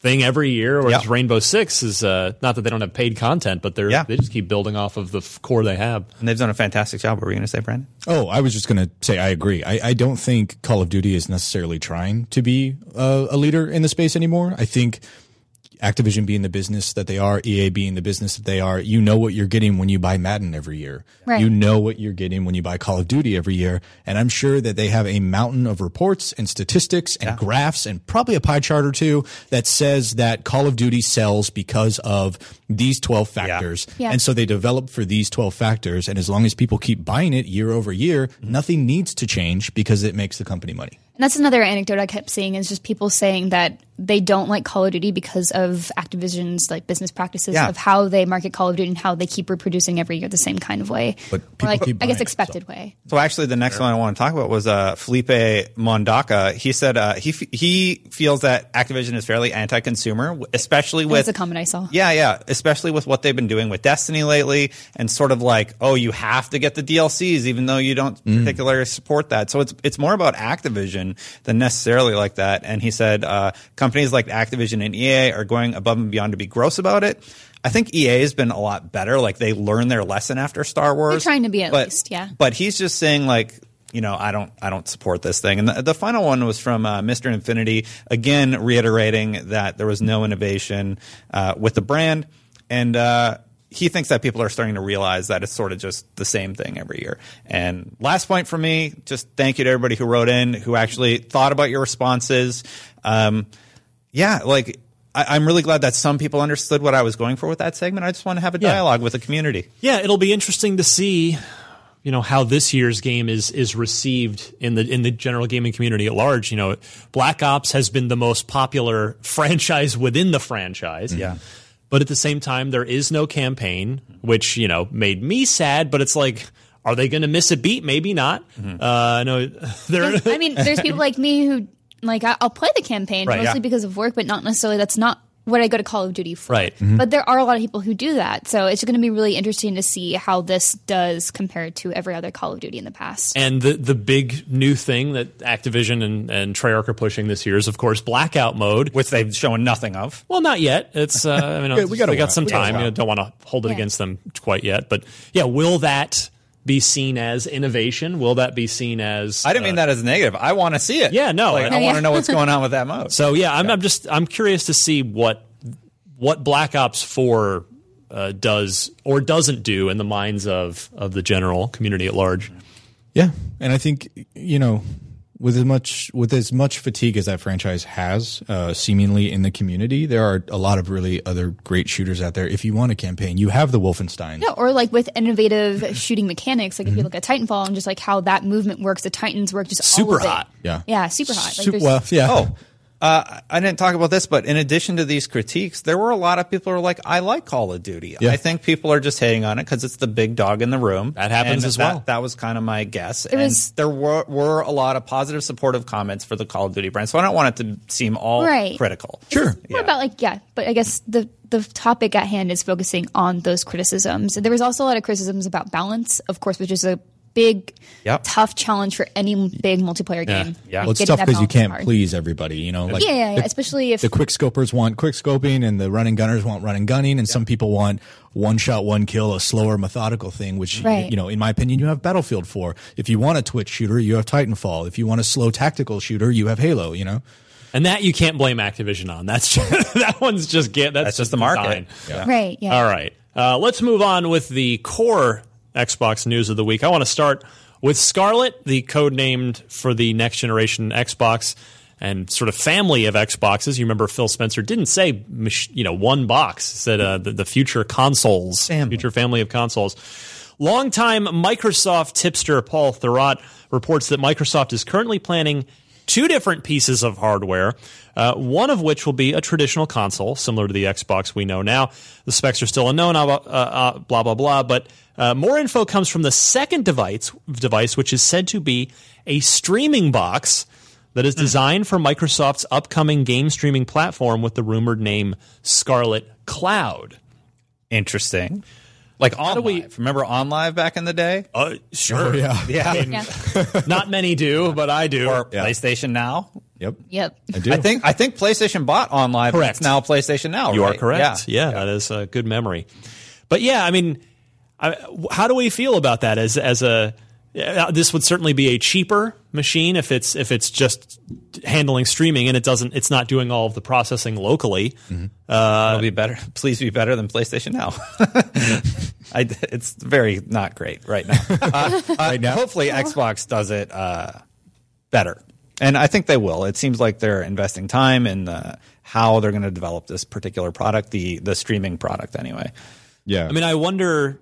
[SPEAKER 1] thing every year, or
[SPEAKER 4] Yeah.
[SPEAKER 1] Rainbow Six is uh, not that they don't have paid content, but they're
[SPEAKER 4] Yeah.
[SPEAKER 1] they just keep building off of the f- core they have.
[SPEAKER 4] And they've done a fantastic job. What were you going to say, Brandon?
[SPEAKER 2] Oh, I was just going to say I agree. I, I don't think Call of Duty is necessarily trying to be uh, a, a leader in the space anymore. I think Activision being the business that they are, EA being the business that they are, you know what you're getting when you buy Madden every year.
[SPEAKER 3] Right.
[SPEAKER 2] You know what you're getting when you buy Call of Duty every year. And I'm sure that they have a mountain of reports and statistics and graphs and probably a pie chart or two that says that Call of Duty sells because of these 12 factors.
[SPEAKER 3] Yeah.
[SPEAKER 2] And so they develop for these 12 factors. And as long as people keep buying it year over year, nothing needs to change because it makes the company money.
[SPEAKER 3] And that's another anecdote I kept seeing is just people saying that they don't like Call of Duty because of Activision's like business practices
[SPEAKER 4] Yeah.
[SPEAKER 3] of how they market Call of Duty and how they keep reproducing every year the same kind of way.
[SPEAKER 2] But
[SPEAKER 3] or
[SPEAKER 2] people
[SPEAKER 3] like
[SPEAKER 2] keep
[SPEAKER 3] I
[SPEAKER 2] buying it,
[SPEAKER 3] guess
[SPEAKER 2] so-
[SPEAKER 3] expected way.
[SPEAKER 4] So actually, the next one I want to talk about was uh, Felipe Mondaca. He said uh, he f- he feels that Activision is fairly anti-consumer, w- especially with
[SPEAKER 3] That's a comment I saw.
[SPEAKER 4] Yeah, yeah, especially with what they've been doing with Destiny lately, and sort of like, oh, you have to get the DLCs, even though you don't particularly support that. So it's it's more about Activision than necessarily like that. And he said, uh, com- companies like Activision and EA are going above and beyond to be gross about it. I think EA has been a lot better. Like they learned their lesson after Star Wars.
[SPEAKER 3] trying to be at
[SPEAKER 4] But-
[SPEAKER 3] least, yeah.
[SPEAKER 4] But he's just saying like, you know, I don't, I don't support this thing. And the, the final one was from uh, Mr. Infinity, again reiterating that there was no innovation uh, with the brand, and uh, he thinks that people are starting to realize that it's sort of just the same thing every year. And last point for me, just thank you to everybody who wrote in, who actually thought about your responses. Um, yeah, like. I, I'm really glad that some people understood what I was going for with that segment. I just want to have a
[SPEAKER 1] Yeah.
[SPEAKER 4] dialogue with the community.
[SPEAKER 1] yeah, it'll be interesting to see, you know, how this year's game is is received in the in the general gaming community at large. You know, Black Ops has been the most popular franchise within the franchise.
[SPEAKER 4] Yeah.
[SPEAKER 1] But at the same time, there is no campaign, which you know made me sad. But it's like, are they going to miss a beat? Maybe not. Uh, no, they're.
[SPEAKER 3] I mean, there's people like me who like I, I'll play the campaign
[SPEAKER 1] Right,
[SPEAKER 3] mostly
[SPEAKER 1] yeah.
[SPEAKER 3] because of work, but not necessarily. That's not what I go to Call of Duty for.
[SPEAKER 1] Right.
[SPEAKER 3] But there are a lot of people who do that, so it's going to be really interesting to see how this does compared to every other Call of Duty in the past.
[SPEAKER 1] And the, the big new thing that Activision and, and Treyarch are pushing this year is, of course, blackout mode.
[SPEAKER 4] which they've shown nothing of.
[SPEAKER 1] Well, not yet. It's uh, I mean,
[SPEAKER 2] we
[SPEAKER 1] we,
[SPEAKER 2] gotta
[SPEAKER 1] got
[SPEAKER 2] watch.
[SPEAKER 1] some
[SPEAKER 2] We gotta
[SPEAKER 1] time.
[SPEAKER 2] watch.
[SPEAKER 1] You know, don't want to hold it
[SPEAKER 3] Yeah.
[SPEAKER 1] against them quite yet, but yeah, will that be seen as innovation? Will that be seen as?
[SPEAKER 4] I didn't mean that as a negative. I want to see it.
[SPEAKER 1] Yeah, no.
[SPEAKER 4] Like, I
[SPEAKER 3] Yeah.
[SPEAKER 4] want to know what's going on with that mode.
[SPEAKER 1] So yeah, I'm, I'm just I'm curious to see what what Black Ops Four uh, does or doesn't do in the minds of of the general community at large.
[SPEAKER 2] Yeah, and I think you know, with as much with as much fatigue as that franchise has, uh, seemingly in the community, there are a lot of really other great shooters out there. If you want a campaign, you have the Wolfenstein.
[SPEAKER 3] Yeah, or like with innovative shooting mechanics, like if you look at Titanfall and just like how that movement works, the Titans work just all
[SPEAKER 1] Super
[SPEAKER 3] of it.
[SPEAKER 1] hot.
[SPEAKER 2] Yeah.
[SPEAKER 3] yeah, super hot. Like
[SPEAKER 2] Sup-
[SPEAKER 3] there's-
[SPEAKER 2] well, yeah.
[SPEAKER 4] Oh, uh, I didn't talk about this, but in addition to these critiques, there were a lot of people who are like, I like Call of Duty.
[SPEAKER 2] Yeah.
[SPEAKER 4] I think people are just hating on it because it's the big dog in the room.
[SPEAKER 1] That happens
[SPEAKER 4] And
[SPEAKER 1] as
[SPEAKER 4] that-
[SPEAKER 1] well.
[SPEAKER 4] That was kind of my guess. and
[SPEAKER 3] was-
[SPEAKER 4] there were, were a lot of positive, supportive comments for the Call of Duty brand. So I don't want it to seem all
[SPEAKER 3] Right.
[SPEAKER 4] critical.
[SPEAKER 2] sure.
[SPEAKER 3] More about like yeah, but I guess the the topic at hand is focusing on those criticisms. There was also a lot of criticisms about balance, of course, which is a big,
[SPEAKER 4] Yep.
[SPEAKER 3] tough challenge for any big multiplayer game.
[SPEAKER 4] Yeah.
[SPEAKER 3] Like,
[SPEAKER 2] Well, it's
[SPEAKER 3] getting
[SPEAKER 2] tough
[SPEAKER 3] that
[SPEAKER 2] because you
[SPEAKER 3] balance is
[SPEAKER 2] can't
[SPEAKER 3] hard.
[SPEAKER 2] please everybody, you know. Like
[SPEAKER 3] Yeah, yeah, yeah, especially if-
[SPEAKER 2] the quick scopers want quick scoping, and the running gunners want running gunning, and some people want one shot, one kill, a slower, methodical thing. Which
[SPEAKER 3] Right.
[SPEAKER 2] you know, in my opinion, you have Battlefield for. If you want a twitch shooter, you have Titanfall. If you want a slow tactical shooter, you have Halo. You know,
[SPEAKER 1] And that you can't blame Activision on. That's that one's just get that's,
[SPEAKER 4] That's just the market.
[SPEAKER 1] design.
[SPEAKER 4] Yeah.
[SPEAKER 3] Right. Yeah.
[SPEAKER 1] All right. Uh, let's move on with the core Xbox news of the week. I want to start with Scarlet, the code named for the next generation Xbox and sort of family of Xboxes. You remember Phil Spencer didn't say mach- you know one box, He said uh, the, the future consoles, future family of consoles. Longtime Microsoft tipster Paul Thurrott reports that Microsoft is currently planning two different pieces of hardware, uh, one of which will be a traditional console, similar to the Xbox we know now. The specs are still unknown, uh, uh, uh, blah, blah, blah. But uh, more info comes from the second device, device, which is said to be a streaming box that is designed for Microsoft's upcoming game streaming platform with the rumored name Scarlet Cloud.
[SPEAKER 4] Interesting. Like OnLive.
[SPEAKER 1] we-
[SPEAKER 4] Remember OnLive back in the day?
[SPEAKER 1] Uh, sure.
[SPEAKER 2] Oh, yeah,
[SPEAKER 4] yeah.
[SPEAKER 3] Yeah.
[SPEAKER 1] Not many do, but I do.
[SPEAKER 4] Or PlayStation Now?
[SPEAKER 2] yep,
[SPEAKER 3] Yep.
[SPEAKER 2] I do.
[SPEAKER 4] I think I think PlayStation bought OnLive. but
[SPEAKER 1] Correct.
[SPEAKER 4] It's now PlayStation Now.
[SPEAKER 1] You
[SPEAKER 4] right?
[SPEAKER 1] are correct. Yeah, that is a good memory. But yeah, I mean, I, how do we feel about that as as a yeah, this would certainly be a cheaper machine if it's if it's just handling streaming and it doesn't it's not doing all of the processing locally.
[SPEAKER 4] It'll be better. Please be better than PlayStation Now. I, it's very not great right now. Uh, uh, Hopefully, Xbox does it uh, better, and I think they will. It seems like they're investing time in the, how they're going to develop this particular product, the the streaming product, anyway.
[SPEAKER 2] yeah.
[SPEAKER 1] I mean, I wonder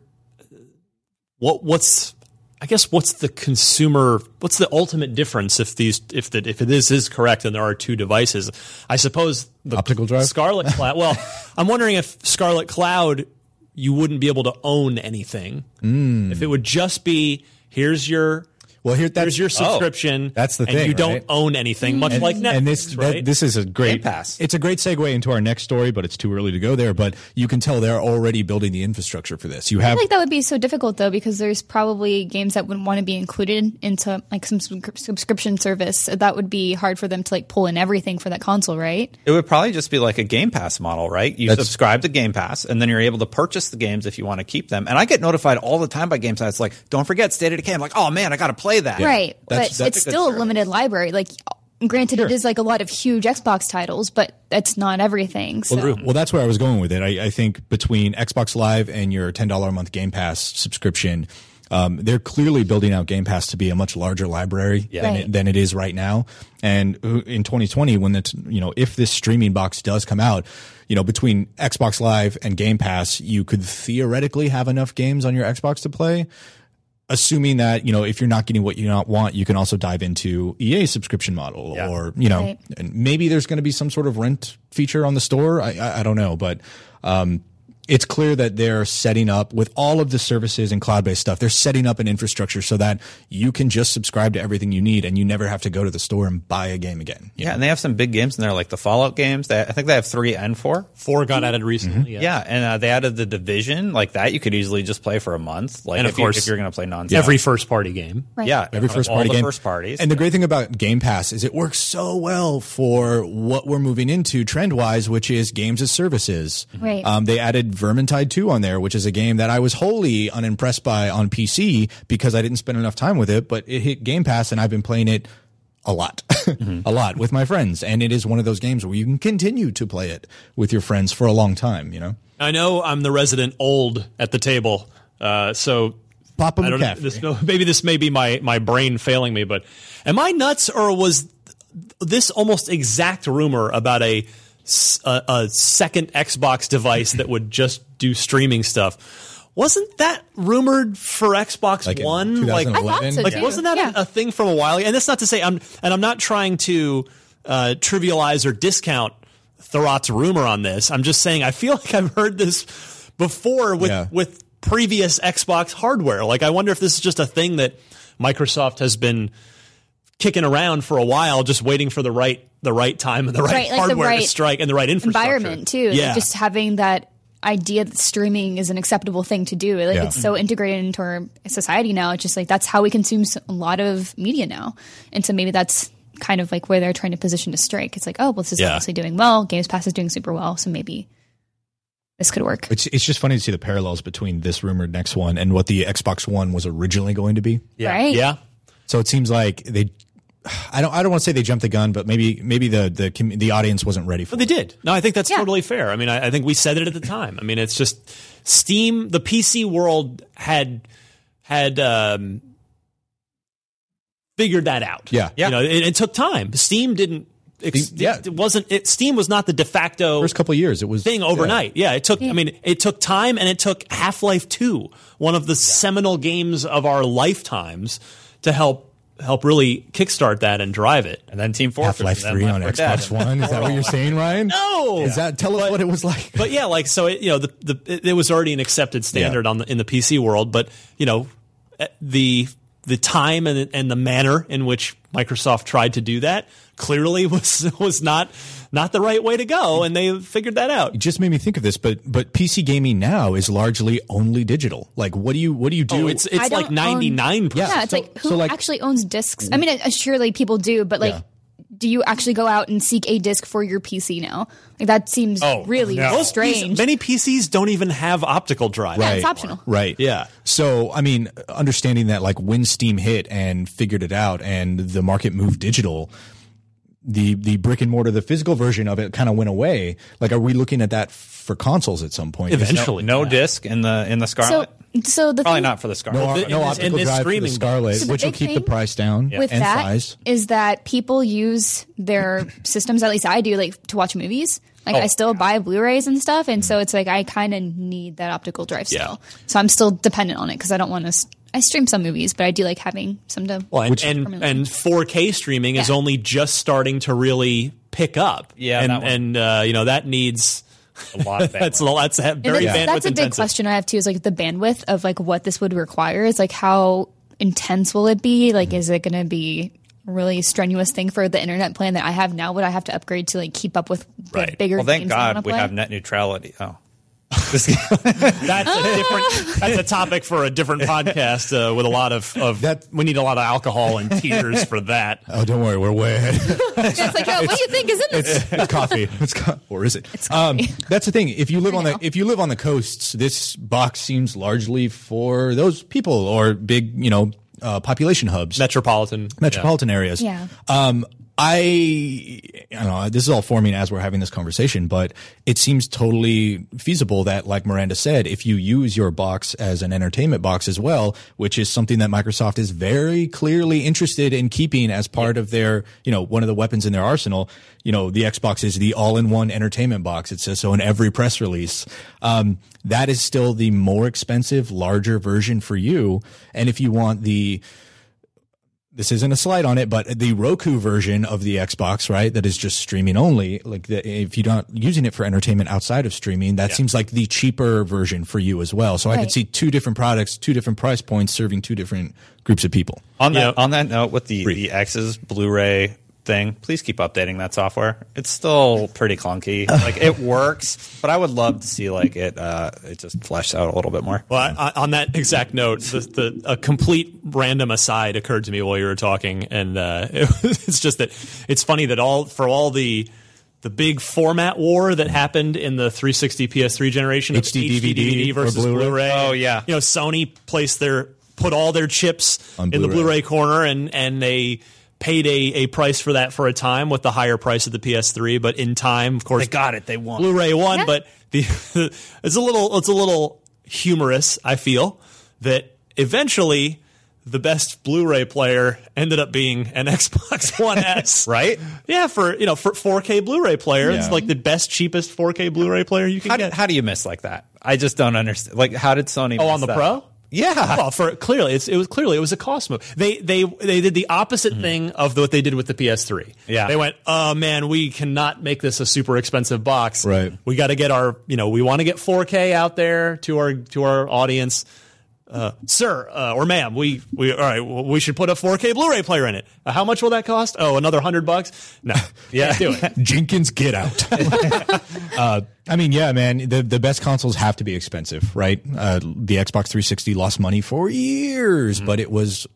[SPEAKER 1] what what's I guess what's the consumer what's the ultimate difference if these if that if it is is correct and there are two devices. I suppose the
[SPEAKER 2] Optical drive?
[SPEAKER 1] Scarlet Cloud. Well, I'm wondering if Scarlet Cloud
[SPEAKER 2] Hmm.
[SPEAKER 1] you wouldn't be able to own anything. If it would just be here's your
[SPEAKER 2] Well, here that's
[SPEAKER 1] There's your subscription.
[SPEAKER 2] Oh. That's the
[SPEAKER 1] and
[SPEAKER 2] thing,
[SPEAKER 1] You don't
[SPEAKER 2] right?
[SPEAKER 1] own anything, much
[SPEAKER 2] and,
[SPEAKER 1] like Netflix.
[SPEAKER 2] and this that-
[SPEAKER 1] right?
[SPEAKER 2] this is a great
[SPEAKER 4] Game Pass.
[SPEAKER 2] It's a great segue into our next story, but it's too early to go there. But you can tell they're already building the infrastructure for this. You have
[SPEAKER 3] feel like that would be so difficult though because there's probably games that wouldn't want to be included into like some subscri- subscription service that would be hard for them to like pull in everything for that console right
[SPEAKER 4] It would probably just be like a Game Pass model, right? You
[SPEAKER 2] That's-
[SPEAKER 4] subscribe to Game Pass, and then you're able to purchase the games if you want to keep them. And I get notified all the time by Game Pass, like, "Don't forget State of Decay." I'm like, "Oh man, I got to play that."
[SPEAKER 3] right
[SPEAKER 2] That's-
[SPEAKER 3] but
[SPEAKER 2] that's
[SPEAKER 4] a
[SPEAKER 3] it's
[SPEAKER 4] good
[SPEAKER 3] still a
[SPEAKER 4] service.
[SPEAKER 3] limited library like granted it is like a lot of huge xbox titles but that's not everything so.
[SPEAKER 2] Well, well, that's where I was going with it. I, I think between Xbox Live and your ten dollar a month Game Pass subscription, um, they're clearly building out Game Pass to be a much larger library than,
[SPEAKER 3] Right.
[SPEAKER 2] it, than it is right now. And who- in 2020, when that's you know if this streaming box does come out, you know between Xbox Live and Game Pass, you could theoretically have enough games on your Xbox to play assuming that you know if you're not getting what you not want, you can also dive into EA subscription model
[SPEAKER 4] Yeah.
[SPEAKER 2] or you know
[SPEAKER 3] Right.
[SPEAKER 2] and maybe there's going to be some sort of rent feature on the store. I, I, I don't know, but um, it's clear that they're setting up with all of the services and cloud based stuff. They're setting up an infrastructure so that you can just subscribe to everything you need and you never have to go to the store and buy a game again. you
[SPEAKER 4] Yeah,
[SPEAKER 2] know?
[SPEAKER 4] and they have some big games in there, like the Fallout games. They, I think they have three and four.
[SPEAKER 1] Four got
[SPEAKER 2] Mm-hmm.
[SPEAKER 1] added recently.
[SPEAKER 4] Yeah, and uh, they added the Division, like that. You could easily just play for a month, like
[SPEAKER 1] And
[SPEAKER 4] if
[SPEAKER 1] of
[SPEAKER 4] you-
[SPEAKER 1] course,
[SPEAKER 4] if you're going to play nonstop.
[SPEAKER 1] Every first party game.
[SPEAKER 3] Right.
[SPEAKER 4] yeah,
[SPEAKER 2] Every
[SPEAKER 4] all
[SPEAKER 2] first party
[SPEAKER 4] the
[SPEAKER 2] game,
[SPEAKER 4] first parties,
[SPEAKER 2] and the great thing about Game Pass is it works so well for what we're moving into trend wise, which is games as services.
[SPEAKER 3] Right.
[SPEAKER 2] Um, they added Vermintide Two on there, which is a game that I was wholly unimpressed by on PC because I didn't spend enough time with it, but it hit Game Pass, and I've been playing it a lot,
[SPEAKER 1] Mm-hmm.
[SPEAKER 2] a lot with my friends, and it is one of those games where you can continue to play it with your friends for a long time. You know,
[SPEAKER 1] I know I'm the resident old at the table, uh, so
[SPEAKER 2] Pop 'em
[SPEAKER 1] I don't know,
[SPEAKER 2] McCaffrey.
[SPEAKER 1] this, no, maybe this may be my my brain failing me, but am I nuts or was th- this almost exact rumor about a s- a- a second Xbox device that would just do streaming stuff? Wasn't that rumored for Xbox
[SPEAKER 2] Like in
[SPEAKER 1] One? Like
[SPEAKER 2] 2011?
[SPEAKER 3] I thought so
[SPEAKER 1] like
[SPEAKER 3] too.
[SPEAKER 1] wasn't that
[SPEAKER 3] Yeah.
[SPEAKER 1] a, a thing from a while ago? And that's not to say I'm and I'm not trying to uh, trivialize or discount Thorat's rumor on this. I'm just saying I feel like I've heard this before with
[SPEAKER 2] Yeah.
[SPEAKER 1] with previous Xbox hardware. Like I wonder if this is just a thing that Microsoft has been kicking around for a while, just waiting for the right the right time and the right,
[SPEAKER 3] Right, like the
[SPEAKER 1] hardware to
[SPEAKER 3] right
[SPEAKER 1] strike and the right infrastructure.
[SPEAKER 3] environment too. Like,
[SPEAKER 1] Yeah.
[SPEAKER 3] just having that idea that streaming is an acceptable thing to do. Like
[SPEAKER 2] Yeah.
[SPEAKER 3] it's so integrated into our society now. It's just like that's how we consume so- a lot of media now. And so maybe that's kind of like where they're trying to position to strike. It's like, oh, well, this is
[SPEAKER 1] Yeah.
[SPEAKER 3] obviously doing well. Games Pass is doing super well, so maybe this could work.
[SPEAKER 2] It's it's just funny to see the parallels between this rumored next one and what the Xbox One was originally going to be.
[SPEAKER 1] yeah.
[SPEAKER 3] Right.
[SPEAKER 1] Yeah.
[SPEAKER 2] So it seems like they. I don't. I don't want to say they jumped the gun, but maybe maybe the the com- the audience wasn't ready for.
[SPEAKER 1] But they did. No, I think that's
[SPEAKER 3] Yeah.
[SPEAKER 1] totally fair. I mean, I, I think we said it at the time. I mean, it's just Steam. The PC world had had um, figured that out.
[SPEAKER 2] Yeah.
[SPEAKER 1] You know, it, it took time. Steam didn't. Ex-
[SPEAKER 2] Steam- yeah.
[SPEAKER 1] It wasn't. It, Steam was not the de facto
[SPEAKER 2] first couple of years. It was
[SPEAKER 1] thing overnight. Yeah, it took. I mean, it took time, and it took Half Life Two, one of the seminal games of our lifetimes, to help help really kickstart that and drive it.
[SPEAKER 4] and then Team Fortress,
[SPEAKER 2] Half Life
[SPEAKER 4] and then
[SPEAKER 2] Three
[SPEAKER 4] Left
[SPEAKER 2] on
[SPEAKER 4] 4 Dead.
[SPEAKER 2] Xbox One. Is that what you're saying, Ryan?
[SPEAKER 1] No.
[SPEAKER 2] Is that tell us what it was like?
[SPEAKER 1] but yeah, like so, it, you know, the, the it, it was already an accepted standard on the, in the PC world, but you know, eh, the the time and and the manner in which Microsoft tried to do that clearly was was not not the right way to go, and they figured that out.
[SPEAKER 2] It just made me think of this, but but PC gaming now is largely only digital. Like, what do you what do you do?
[SPEAKER 1] Oh, it's
[SPEAKER 3] I
[SPEAKER 1] it's
[SPEAKER 3] don't
[SPEAKER 1] like ninety nine percent.
[SPEAKER 3] Yeah, it's
[SPEAKER 2] So-
[SPEAKER 3] like who
[SPEAKER 2] so, like- Mm-hmm.
[SPEAKER 3] actually owns discs? I mean, uh, surely people do, but like,
[SPEAKER 2] Yeah.
[SPEAKER 3] do you actually go out and seek a disc for your PC now? Like that seems
[SPEAKER 1] Oh,
[SPEAKER 3] really strange.
[SPEAKER 1] Many PCs don't even have optical drive.
[SPEAKER 3] yeah,
[SPEAKER 2] Right.
[SPEAKER 3] it's optional.
[SPEAKER 2] Right.
[SPEAKER 1] Yeah.
[SPEAKER 2] So, I mean, understanding that like when Steam hit and figured it out and the market moved digital, the the brick and mortar, the physical version of it kind of went away. Like, are we looking at that for consoles at some point? There's
[SPEAKER 1] Eventually,
[SPEAKER 4] No disc in the in the
[SPEAKER 3] So,
[SPEAKER 4] Scarlet.
[SPEAKER 3] so the
[SPEAKER 4] Probably
[SPEAKER 3] thing,
[SPEAKER 4] not for the Scarlet.
[SPEAKER 2] No, no,
[SPEAKER 1] in this- in
[SPEAKER 2] optical
[SPEAKER 1] this
[SPEAKER 2] drive for the
[SPEAKER 1] streaming
[SPEAKER 2] Scarlet,
[SPEAKER 3] So the
[SPEAKER 2] which will
[SPEAKER 3] big
[SPEAKER 2] keep the
[SPEAKER 3] thing
[SPEAKER 2] price down
[SPEAKER 3] with
[SPEAKER 2] and
[SPEAKER 3] that
[SPEAKER 2] size.
[SPEAKER 3] is that people use their systems at least i do like to watch movies like i still buy blu-rays and stuff and so it's like i kind of need that optical drive still so i'm still dependent on it because i don't want to i stream some movies but i do like having some to
[SPEAKER 1] Well, and, and and 4K streaming is
[SPEAKER 3] Yeah.
[SPEAKER 1] only just starting to really pick up.
[SPEAKER 4] Yeah,
[SPEAKER 1] and
[SPEAKER 4] that one.
[SPEAKER 1] and uh, you know that needs
[SPEAKER 4] a lot of
[SPEAKER 1] that's a
[SPEAKER 4] bandwidth.
[SPEAKER 1] lot- that's very
[SPEAKER 3] And
[SPEAKER 1] bandwidth
[SPEAKER 3] that's, that's a big
[SPEAKER 1] intensive.
[SPEAKER 3] question i have too is like the bandwidth of like what this would require is like how intense will it be? Like, is it going to be a really strenuous thing for the internet plan that I have now? Would I have to upgrade to like keep up with the
[SPEAKER 1] Right.
[SPEAKER 3] bigger?
[SPEAKER 4] Well, thank
[SPEAKER 3] games that I wanna
[SPEAKER 4] God we
[SPEAKER 3] play?
[SPEAKER 4] have net neutrality. Oh,
[SPEAKER 1] That's a different. That's a topic for a different podcast uh, with a lot of of.
[SPEAKER 2] That-
[SPEAKER 1] we need a lot of alcohol and tears for that.
[SPEAKER 2] Oh, don't worry, we're way ahead.
[SPEAKER 3] It's like, oh, what do you think is in this?
[SPEAKER 2] it's coffee. It's co- or is it? It's coffee. Um, that's the thing. If you live on the if you live on the coasts, this box seems largely for those people or big, you know, uh, population hubs,
[SPEAKER 1] Metropolitan.
[SPEAKER 2] metropolitan areas.
[SPEAKER 3] Yeah.
[SPEAKER 2] Um, I, I don't know. This is all forming as we're having this conversation, but it seems totally feasible that, like Miranda said, if you use your box as an entertainment box as well, which is something that Microsoft is very clearly interested in keeping as part of their, you know, one of the weapons in their arsenal. You know, the Xbox is the all-in-one entertainment box. It says so in every press release. Um, that is still the more expensive, larger version for you. And if you want the, this isn't a slide on it, but the Roku version of the Xbox, right? That is just streaming only. Like the, if you're not using it for entertainment outside of streaming, that seems like the cheaper version for you as well. So I could
[SPEAKER 3] Right.
[SPEAKER 2] see two different products, two different price points serving two different groups of people.
[SPEAKER 4] on that
[SPEAKER 1] Yeah.
[SPEAKER 4] on that note, with the the X's Blu-ray thing, please keep updating that software. It's still pretty clunky. like it works, but I would love to see like it uh, it just fleshed out a little bit more.
[SPEAKER 1] Well, I, I, on that exact note, the, the, a complete random aside occurred to me while you were talking, and uh, it was- it's just that it's funny that all for all the the big format war that happened in the 360 PS3 generation, of
[SPEAKER 2] HD
[SPEAKER 1] DVD
[SPEAKER 2] DVD
[SPEAKER 1] versus
[SPEAKER 2] or Blu-ray.
[SPEAKER 1] Blu-ray.
[SPEAKER 4] Oh, yeah.
[SPEAKER 1] you know Sony placed their put all their chips
[SPEAKER 2] On
[SPEAKER 1] in the Blu-ray
[SPEAKER 2] Blu-ray.
[SPEAKER 1] corner, and and they. Paid a, a price for that for a time with the higher price of the PS3, but in time, of course,
[SPEAKER 4] They got it. They won.
[SPEAKER 1] Blu-ray one,
[SPEAKER 3] Yeah.
[SPEAKER 1] but the it's a little it's a little humorous. I feel that eventually the best Blu-ray player ended up being an Xbox One S,
[SPEAKER 4] Right?
[SPEAKER 1] Yeah, for you know for 4K Blu-ray player, it's
[SPEAKER 2] Yeah.
[SPEAKER 1] like the best cheapest 4K Blu-ray player you can
[SPEAKER 4] How,
[SPEAKER 1] get.
[SPEAKER 4] how do you miss like that? I just don't understand. Like, how did Sony?
[SPEAKER 1] oh,
[SPEAKER 4] miss
[SPEAKER 1] on the
[SPEAKER 4] that?
[SPEAKER 1] Pro. Oh,
[SPEAKER 4] Yeah.
[SPEAKER 1] Well, for clearly, it's, it was clearly it was a cost move. They they they did the opposite thing of what they did with the PS3.
[SPEAKER 4] Yeah.
[SPEAKER 1] they went, oh man, we cannot make this a super expensive box.
[SPEAKER 2] Right.
[SPEAKER 1] we got to get our you know we want to get 4K out there to our to our audience. Uh, sir uh, or ma'am, we we all right. well, We should put a 4K Blu-ray player in it. Uh, how much will that cost? Oh, another hundred bucks? No, yeah, do it.
[SPEAKER 2] Jenkins, get out. uh, I mean, yeah, man, the, the best consoles have to be expensive, right? Uh, the Xbox 360 lost money for years, but it was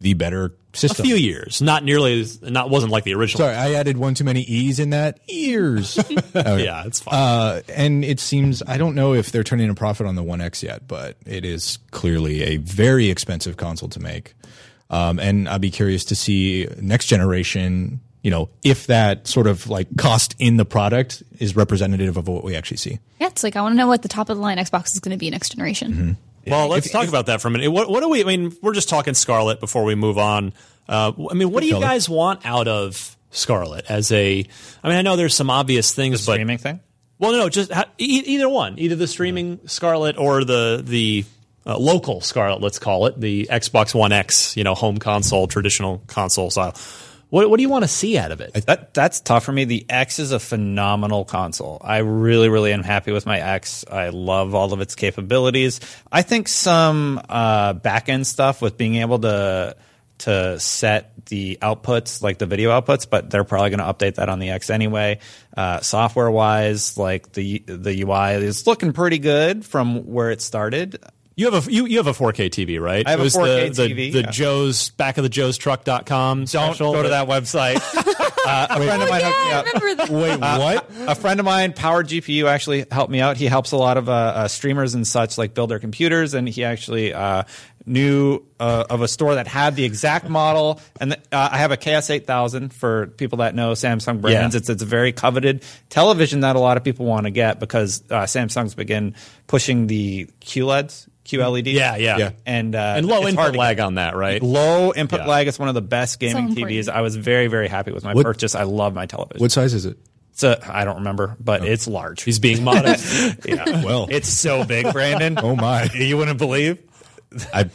[SPEAKER 2] the better
[SPEAKER 1] A
[SPEAKER 2] system.
[SPEAKER 1] few years, not nearly, as, not wasn't like the original.
[SPEAKER 2] Sorry, I added one too many E's in that. Ears. Okay.
[SPEAKER 1] Yeah, it's fine.
[SPEAKER 2] Uh, and it seems I don't know if they're turning a profit on the One X yet, but it is clearly a very expensive console to make. Um, and I'd be curious to see next generation. You know, if that sort of like cost in the product is representative of what we actually see.
[SPEAKER 3] Yeah, it's like I want to know what the top of the line Xbox is going to be next generation.
[SPEAKER 1] Well, let's talk about that for a minute. What, what do we? I mean, we're just talking Scarlet before we move on. Uh, I mean, what do you
[SPEAKER 2] color.
[SPEAKER 1] guys want out of Scarlet as a? I mean, I know there's some obvious things, but
[SPEAKER 4] Streaming thing.
[SPEAKER 1] well, no, no, just ha- e- either one, either the streaming Scarlet or the the uh, local Scarlet, let's call it the Xbox One X, you know, home console, traditional console style. What, what do you want to see out of it?
[SPEAKER 4] That that's tough for me. The X is a phenomenal console. I really, really am happy with my X. I love all of its capabilities. I think some uh, back end stuff with being able to to set the outputs, like the video outputs, but they're probably going to update that on the X anyway. Uh, software wise, like the the UI is looking pretty good from where it started.
[SPEAKER 1] You have a you, you have a 4K TV, right?
[SPEAKER 4] I have
[SPEAKER 1] It
[SPEAKER 4] a
[SPEAKER 1] was
[SPEAKER 4] 4K
[SPEAKER 1] the, the,
[SPEAKER 4] TV,
[SPEAKER 1] The
[SPEAKER 4] yeah.
[SPEAKER 1] Joe's back of the Joe's Truck.com.
[SPEAKER 4] Don't go to that website. uh, a friend of mine hooked me
[SPEAKER 5] I
[SPEAKER 4] up.
[SPEAKER 5] remember that.
[SPEAKER 2] Wait, what?
[SPEAKER 4] a friend of mine, Power GPU, actually helped me out. He helps a lot of uh, uh, streamers and such like build their computers, and he actually uh, knew uh, of a store that had the exact model. And th- uh, I have a KS8000 for people that know Samsung brands.
[SPEAKER 1] Yeah.
[SPEAKER 4] It's it's a very coveted television that a lot of people want to get because uh, Samsung's begin pushing the E QLEDs, QLEDs.
[SPEAKER 1] Yeah, yeah. Yeah.
[SPEAKER 4] and uh,
[SPEAKER 1] and low
[SPEAKER 4] it's hard
[SPEAKER 1] input
[SPEAKER 4] to get.
[SPEAKER 1] lag on that, right?
[SPEAKER 4] Low input
[SPEAKER 1] Yeah.
[SPEAKER 4] lag is one of the best gaming
[SPEAKER 3] important.
[SPEAKER 4] TVs. I was very, very happy with my
[SPEAKER 2] What-
[SPEAKER 4] purchase. I love my television.
[SPEAKER 2] What size is it?
[SPEAKER 4] It's a, I don't remember, but it's large.
[SPEAKER 1] He's being modest.
[SPEAKER 4] Yeah.
[SPEAKER 2] Well,
[SPEAKER 4] It's so big, Brandon.
[SPEAKER 2] oh my!
[SPEAKER 4] You wouldn't believe.
[SPEAKER 2] I,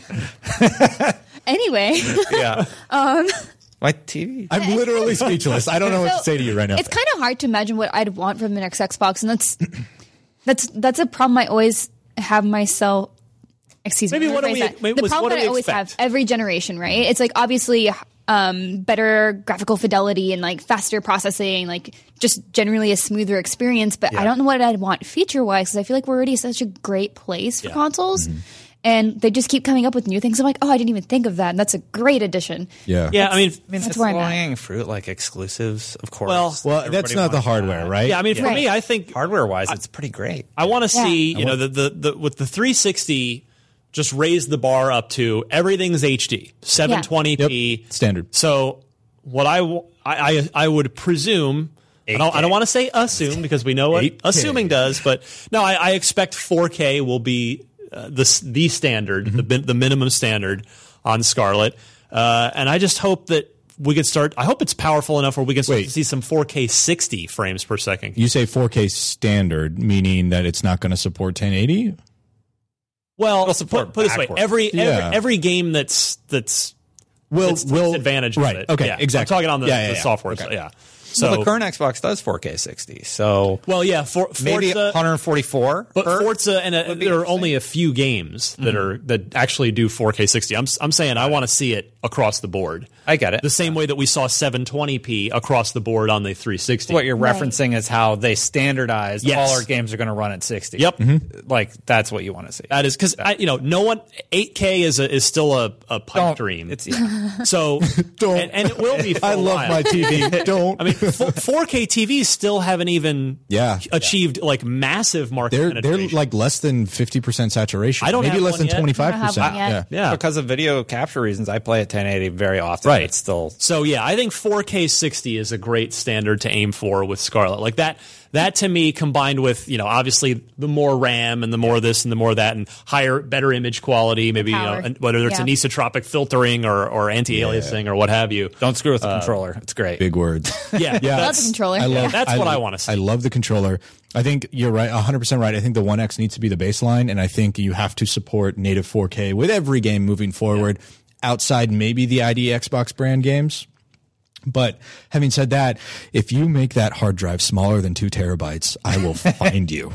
[SPEAKER 3] Anyway,
[SPEAKER 4] Yeah. Um. My TV.
[SPEAKER 2] I'm literally speechless. I don't know what to say to you right now.
[SPEAKER 3] it's kind of hard to imagine what I'd want from the next Xbox, and that's that's that's a problem I always have myself excuse
[SPEAKER 1] Maybe
[SPEAKER 3] me.
[SPEAKER 1] what do
[SPEAKER 3] rephrase
[SPEAKER 1] we-
[SPEAKER 3] that.
[SPEAKER 1] maybe
[SPEAKER 3] the
[SPEAKER 1] was
[SPEAKER 3] problem
[SPEAKER 1] what do
[SPEAKER 3] that
[SPEAKER 1] we
[SPEAKER 3] I always have
[SPEAKER 1] expect?
[SPEAKER 3] every generation, right? It's like obviously um, better graphical fidelity and like faster processing, like just generally a smoother experience. But I don't know what I'd want feature wise because I feel like we're already such a great place for consoles.
[SPEAKER 1] Mm-hmm.
[SPEAKER 3] And they just keep coming up with new things. I'm like, oh, I didn't even think of that. And that's a great addition.
[SPEAKER 2] Yeah.
[SPEAKER 1] Yeah, I mean,
[SPEAKER 4] I mean,
[SPEAKER 3] That's
[SPEAKER 4] that's
[SPEAKER 3] where I'm
[SPEAKER 4] low
[SPEAKER 3] at.
[SPEAKER 4] hanging fruit, like exclusives, of course.
[SPEAKER 1] Well-
[SPEAKER 2] Well, that's
[SPEAKER 4] Everybody
[SPEAKER 2] not the
[SPEAKER 4] wants
[SPEAKER 2] hardware,
[SPEAKER 4] that.
[SPEAKER 2] right?
[SPEAKER 1] yeah, I mean, for
[SPEAKER 3] Right.
[SPEAKER 1] me, I think
[SPEAKER 4] Hardware wise, it's pretty great.
[SPEAKER 1] I want to
[SPEAKER 3] Yeah.
[SPEAKER 1] see, you know, the, the the with the 360 just raise the bar up to everything's HD, 720p
[SPEAKER 2] Yep. Standard.
[SPEAKER 1] So what I w- I- I- I would presume. I don't, I don't want to say assume because we know what
[SPEAKER 2] 8K.
[SPEAKER 1] assuming does, but no, I, I expect 4K will be uh, the s- the standard,
[SPEAKER 4] Mm-hmm.
[SPEAKER 1] the bin- the minimum standard on Scarlet, uh, and I just hope that we could start. I hope it's powerful enough where we can start
[SPEAKER 2] Wait.
[SPEAKER 1] to see some 4K 60 frames per second.
[SPEAKER 2] You say 4K standard, meaning that it's not going to support 1080.
[SPEAKER 1] Well,
[SPEAKER 4] support
[SPEAKER 1] put, put it this way:
[SPEAKER 4] backwards.
[SPEAKER 1] every,
[SPEAKER 2] Yeah.
[SPEAKER 1] every every game that's that's
[SPEAKER 2] Will
[SPEAKER 1] that's takes advantage
[SPEAKER 2] right?
[SPEAKER 1] of it.
[SPEAKER 2] Okay,
[SPEAKER 1] yeah.
[SPEAKER 2] exactly.
[SPEAKER 1] I'm talking on the,
[SPEAKER 2] Yeah, yeah,
[SPEAKER 1] the
[SPEAKER 2] yeah.
[SPEAKER 1] software.
[SPEAKER 2] Okay.
[SPEAKER 1] So, yeah. So
[SPEAKER 4] So the current Xbox does 4K 60. So
[SPEAKER 1] well, yeah, for,
[SPEAKER 4] maybe
[SPEAKER 1] Forza-
[SPEAKER 4] 144.
[SPEAKER 1] But
[SPEAKER 4] hertz.
[SPEAKER 1] Forza and a, there are only a few games
[SPEAKER 2] Mm-hmm.
[SPEAKER 1] that are that actually do 4K 60. I'm s- I'm saying I want to see it across the board.
[SPEAKER 4] I get it.
[SPEAKER 1] The same way that we saw 720p across the board on the 360.
[SPEAKER 4] what you're
[SPEAKER 3] Right.
[SPEAKER 4] referencing is how they standardized
[SPEAKER 1] Yes.
[SPEAKER 4] all our games are going to run at 60.
[SPEAKER 1] Yep.
[SPEAKER 2] Mm-hmm.
[SPEAKER 4] Like that's what you want to see.
[SPEAKER 1] that is because you know no one 8K is a, is still a, a pipe
[SPEAKER 4] Don't-
[SPEAKER 1] dream.
[SPEAKER 4] It's yeah.
[SPEAKER 1] so
[SPEAKER 2] e- Don't.
[SPEAKER 1] and, and it will be. For
[SPEAKER 2] I
[SPEAKER 1] a
[SPEAKER 2] love
[SPEAKER 1] while.
[SPEAKER 2] my TV. Don't.
[SPEAKER 1] I mean, fo- 4K TVs still haven't even
[SPEAKER 2] Yeah.
[SPEAKER 1] achieved like massive market
[SPEAKER 2] they're they're
[SPEAKER 1] penetration.
[SPEAKER 2] like less than 50% saturation.
[SPEAKER 1] I don't
[SPEAKER 2] maybe
[SPEAKER 1] have
[SPEAKER 2] less
[SPEAKER 1] one
[SPEAKER 2] than
[SPEAKER 1] yet. I don't
[SPEAKER 2] 25%.
[SPEAKER 3] have one yet.
[SPEAKER 2] Yeah.
[SPEAKER 1] yeah.
[SPEAKER 4] because of video capture reasons, I play at 1080 very
[SPEAKER 1] Right.
[SPEAKER 4] often. It's still
[SPEAKER 1] So yeah, I think 4K 60 is a great standard to aim for with Scarlet. Like that that to me combined with, you know, obviously the more RAM and the more this and the more that and higher better image quality, maybe you know,
[SPEAKER 3] power.
[SPEAKER 1] and whether it's
[SPEAKER 3] Yeah.
[SPEAKER 1] anisotropic filtering or or anti-aliasing or what have you.
[SPEAKER 4] don't screw with the controller. It's great.
[SPEAKER 2] Big words.
[SPEAKER 1] Yeah.
[SPEAKER 2] Yeah.
[SPEAKER 3] Love the controller.
[SPEAKER 2] I love
[SPEAKER 1] That's what I
[SPEAKER 2] lo-
[SPEAKER 1] wanna see.
[SPEAKER 2] I love the controller. I think you're right, 100% right. I think the 1X needs to be the baseline, and I think you have to support native 4K with every game moving forward, outside maybe the ID Xbox brand games. But having said that, if you make that hard drive smaller than two terabytes, I will find you.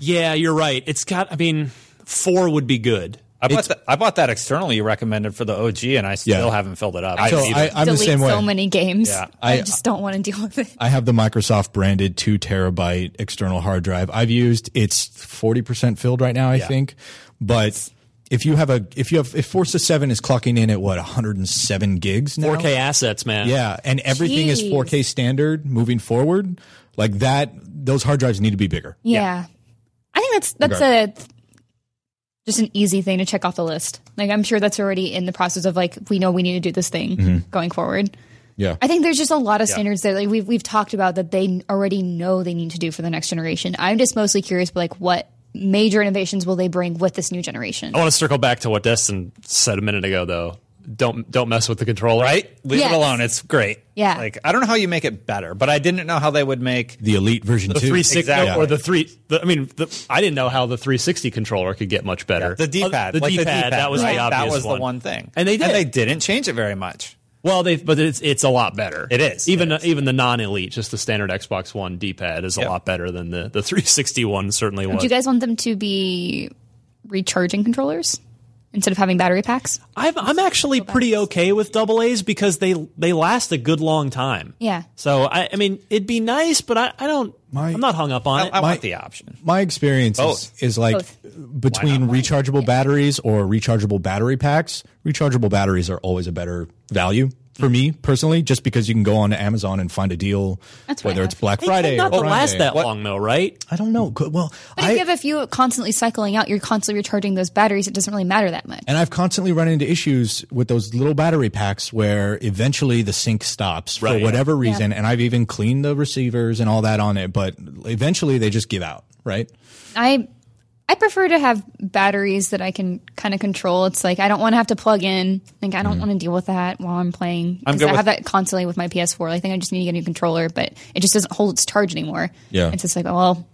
[SPEAKER 1] Yeah, you're right. It's got I mean, 4 would be good.
[SPEAKER 4] I bought, that, I bought that external you recommended for the OG, and I still
[SPEAKER 2] Yeah.
[SPEAKER 4] haven't filled it up.
[SPEAKER 2] so
[SPEAKER 4] I've-
[SPEAKER 2] I, I'm the
[SPEAKER 3] Delete
[SPEAKER 2] same way.
[SPEAKER 3] so many games.
[SPEAKER 4] Yeah.
[SPEAKER 3] I,
[SPEAKER 2] I-
[SPEAKER 3] just don't want to deal with it.
[SPEAKER 2] I have the Microsoft branded two terabyte external hard drive. I've used it's forty percent filled right now, I think. But if you have a if you have if Forza Seven is clocking in at what one hundred and seven gigs now,
[SPEAKER 1] 4K assets, man.
[SPEAKER 2] yeah, and everything is
[SPEAKER 3] Jeez.
[SPEAKER 2] four K standard moving forward, like that. Those hard drives need to be bigger.
[SPEAKER 3] Yeah. I think that's that's a just an easy thing to check off the list. Like I'm sure that's already in the process of like we know we need to do this thing going forward.
[SPEAKER 2] Mm-hmm. Yeah,
[SPEAKER 3] I think there's just a lot of standards that like we've we've talked about that they already know they need to do for the next generation. I'm just mostly curious, but like what major innovations will they bring with this new generation?
[SPEAKER 1] I
[SPEAKER 2] Oh,
[SPEAKER 1] want to circle back to what Destin said a minute ago though. Don't don't mess with the controller.
[SPEAKER 4] right? Leave
[SPEAKER 3] Yes.
[SPEAKER 4] it alone. It's great.
[SPEAKER 3] Yeah.
[SPEAKER 4] Like I don't know how you make it better, but I didn't know how they would make
[SPEAKER 2] the Elite version
[SPEAKER 1] the
[SPEAKER 2] two.
[SPEAKER 1] 360
[SPEAKER 4] Exactly.
[SPEAKER 1] or the three. The, I mean, the, I didn't know how the 360 controller could get much better. Oh, Uh,
[SPEAKER 4] the D-pad.
[SPEAKER 1] the
[SPEAKER 4] like
[SPEAKER 1] D-pad, That was
[SPEAKER 4] right?
[SPEAKER 1] the
[SPEAKER 4] That
[SPEAKER 1] obvious
[SPEAKER 4] was the one thing.
[SPEAKER 1] and they did.
[SPEAKER 4] And they didn't change it very much.
[SPEAKER 1] well, they but it's it's a lot better.
[SPEAKER 4] It is.
[SPEAKER 1] even
[SPEAKER 4] It is.
[SPEAKER 1] even the non-elite, just the standard Xbox One D-pad is a
[SPEAKER 4] Yep.
[SPEAKER 1] lot better than the the 360 one certainly was.
[SPEAKER 3] do you guys want them to be recharging controllers instead of having battery packs?
[SPEAKER 1] I'm I'm actually pretty okay with double A's because they they last a good long time.
[SPEAKER 3] Yeah.
[SPEAKER 1] So I I mean it'd be nice, but I I don't
[SPEAKER 2] My-
[SPEAKER 1] I'm not hung up on
[SPEAKER 4] I,
[SPEAKER 1] it.
[SPEAKER 4] I
[SPEAKER 2] My-
[SPEAKER 4] want the option.
[SPEAKER 2] My experience is,
[SPEAKER 4] Both.
[SPEAKER 2] is like
[SPEAKER 3] Both.
[SPEAKER 2] between rechargeable batteries or rechargeable battery packs, rechargeable batteries are always a better value for me personally, just because you can go on to Amazon and find a deal,
[SPEAKER 3] That's what
[SPEAKER 2] whether
[SPEAKER 3] I
[SPEAKER 2] it's
[SPEAKER 3] have.
[SPEAKER 2] Black
[SPEAKER 1] They
[SPEAKER 2] Friday
[SPEAKER 1] tend
[SPEAKER 2] or
[SPEAKER 1] not to last
[SPEAKER 2] Friday.
[SPEAKER 1] that
[SPEAKER 4] What-
[SPEAKER 1] long though, right?
[SPEAKER 2] I don't know. Good- Well,
[SPEAKER 3] But if
[SPEAKER 2] I,
[SPEAKER 3] you have a few constantly cycling out, you're constantly recharging those batteries. It doesn't really matter that much.
[SPEAKER 2] and I've constantly run into issues with those little battery packs where eventually the sync stops
[SPEAKER 1] Right,
[SPEAKER 2] for
[SPEAKER 1] yeah.
[SPEAKER 2] whatever reason. And I've even cleaned the receivers and all that on it, but eventually they just give out, right?
[SPEAKER 3] I I prefer to have batteries that I can kind of control. It's like I don't want to have to plug in. Like I don't want to deal with that while I'm playing. 'Cause
[SPEAKER 4] good
[SPEAKER 3] I
[SPEAKER 4] with-
[SPEAKER 3] have that constantly with my PS4. Like, I think I just need to get a new controller, but it just doesn't hold its charge anymore.
[SPEAKER 2] Yeah.
[SPEAKER 3] it's just like oh, well,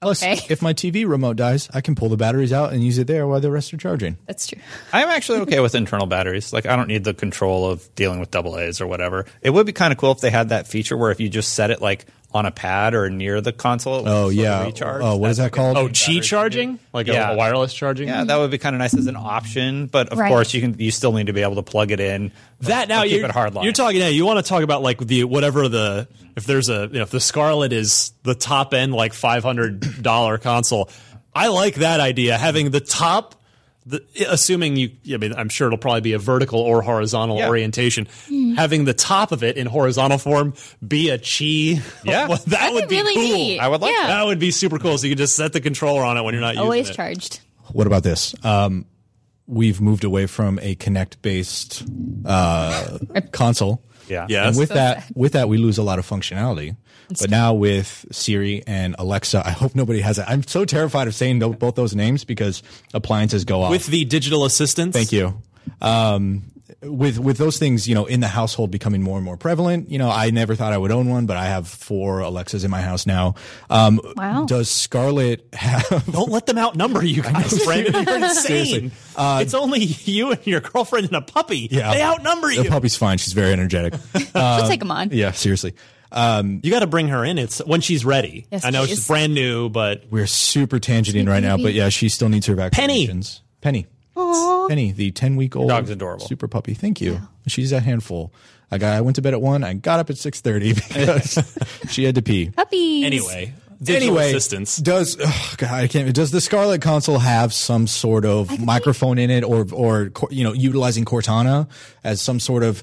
[SPEAKER 2] Plus,
[SPEAKER 3] Okay.
[SPEAKER 2] if my TV remote dies, I can pull the batteries out and use it there while the rest are charging.
[SPEAKER 3] that's true.
[SPEAKER 4] I'm actually okay with internal batteries. Like I don't need the control of dealing with double A's or whatever. It would be kind of cool if they had that feature where if you just set it like on a pad or near the console.
[SPEAKER 2] Oh
[SPEAKER 4] sort of
[SPEAKER 2] yeah.
[SPEAKER 4] recharge.
[SPEAKER 2] Oh, what is that
[SPEAKER 4] That's like a-
[SPEAKER 1] Oh,
[SPEAKER 2] called?
[SPEAKER 1] Qi charging? Like
[SPEAKER 4] Yeah.
[SPEAKER 1] a, a wireless charging?
[SPEAKER 4] Yeah, that would be kind of nice as an option, but of
[SPEAKER 3] Right.
[SPEAKER 4] course you can. You still need to be able to plug it in.
[SPEAKER 1] That now
[SPEAKER 4] Or keep
[SPEAKER 1] you're,
[SPEAKER 4] it hard line.
[SPEAKER 1] you're talking. Yeah, you want to talk about like the whatever the if there's a you know, if the Scarlet is the top end like five hundred dollar console. I like that idea having the top. The, assuming you, I mean, I'm sure it'll probably be a vertical or horizontal
[SPEAKER 4] Yeah.
[SPEAKER 1] orientation. Having the top of it in horizontal form be a chi,
[SPEAKER 4] Yeah.
[SPEAKER 1] that
[SPEAKER 3] That'd
[SPEAKER 1] would
[SPEAKER 3] be
[SPEAKER 1] be
[SPEAKER 3] really
[SPEAKER 1] cool.
[SPEAKER 3] neat.
[SPEAKER 4] I would like
[SPEAKER 3] Yeah.
[SPEAKER 1] That would be super cool. So you can just set the controller on it when you're not
[SPEAKER 3] Always
[SPEAKER 1] using it.
[SPEAKER 3] charged.
[SPEAKER 2] What about this? Um, we've moved away from a Kinect based uh, console.
[SPEAKER 4] Yeah.
[SPEAKER 1] Yes.
[SPEAKER 2] And with
[SPEAKER 3] So
[SPEAKER 2] that, with that, we lose a lot of functionality. But now with Siri and Alexa, I hope nobody has it. I'm so terrified of saying tho- both those names because appliances go off.
[SPEAKER 1] With the digital assistants,
[SPEAKER 2] Thank you. Um, with with those things, you know, in the household becoming more and more prevalent. You know, I never thought I would own one, but I have four Alexas in my house now. Um,
[SPEAKER 3] Wow.
[SPEAKER 2] Does Scarlet have?
[SPEAKER 1] Don't let them outnumber you guys, Brandon. You're insane. Uh,
[SPEAKER 2] Seriously.
[SPEAKER 1] it's only you and your girlfriend and a puppy. They outnumber you.
[SPEAKER 2] The puppy's fine. She's very energetic.
[SPEAKER 3] She'll take them on.
[SPEAKER 2] yeah, seriously.
[SPEAKER 1] you got to bring her in. It's when she's ready.
[SPEAKER 3] Yes,
[SPEAKER 1] I know
[SPEAKER 3] she
[SPEAKER 1] she's
[SPEAKER 3] is.
[SPEAKER 1] brand new, but
[SPEAKER 2] We're super tangenting right now, but yeah, she still needs her vaccinations. Penny. Penny, the 10 week old
[SPEAKER 4] dog's adorable.
[SPEAKER 2] super puppy. Thank you. She's a handful. Like I went to bed at 1, I got up at 6:30 because she had to pee.
[SPEAKER 3] Puppies.
[SPEAKER 1] anyway, digital
[SPEAKER 2] anyway,
[SPEAKER 1] assistance.
[SPEAKER 2] does oh God, I can't. Does the Scarlet console have some sort of microphone in it, or or co- you know, utilizing Cortana as some sort of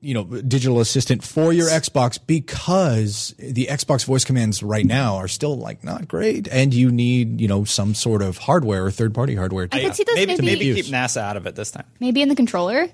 [SPEAKER 2] you know digital assistant for your Xbox? Because the Xbox voice commands right now are still like not great, and you need you know some sort of hardware or third party hardware.
[SPEAKER 3] I could see this
[SPEAKER 4] maybe,
[SPEAKER 3] maybe,
[SPEAKER 4] maybe
[SPEAKER 3] maybe,
[SPEAKER 4] keep NASA out of it this time.
[SPEAKER 3] in the controller.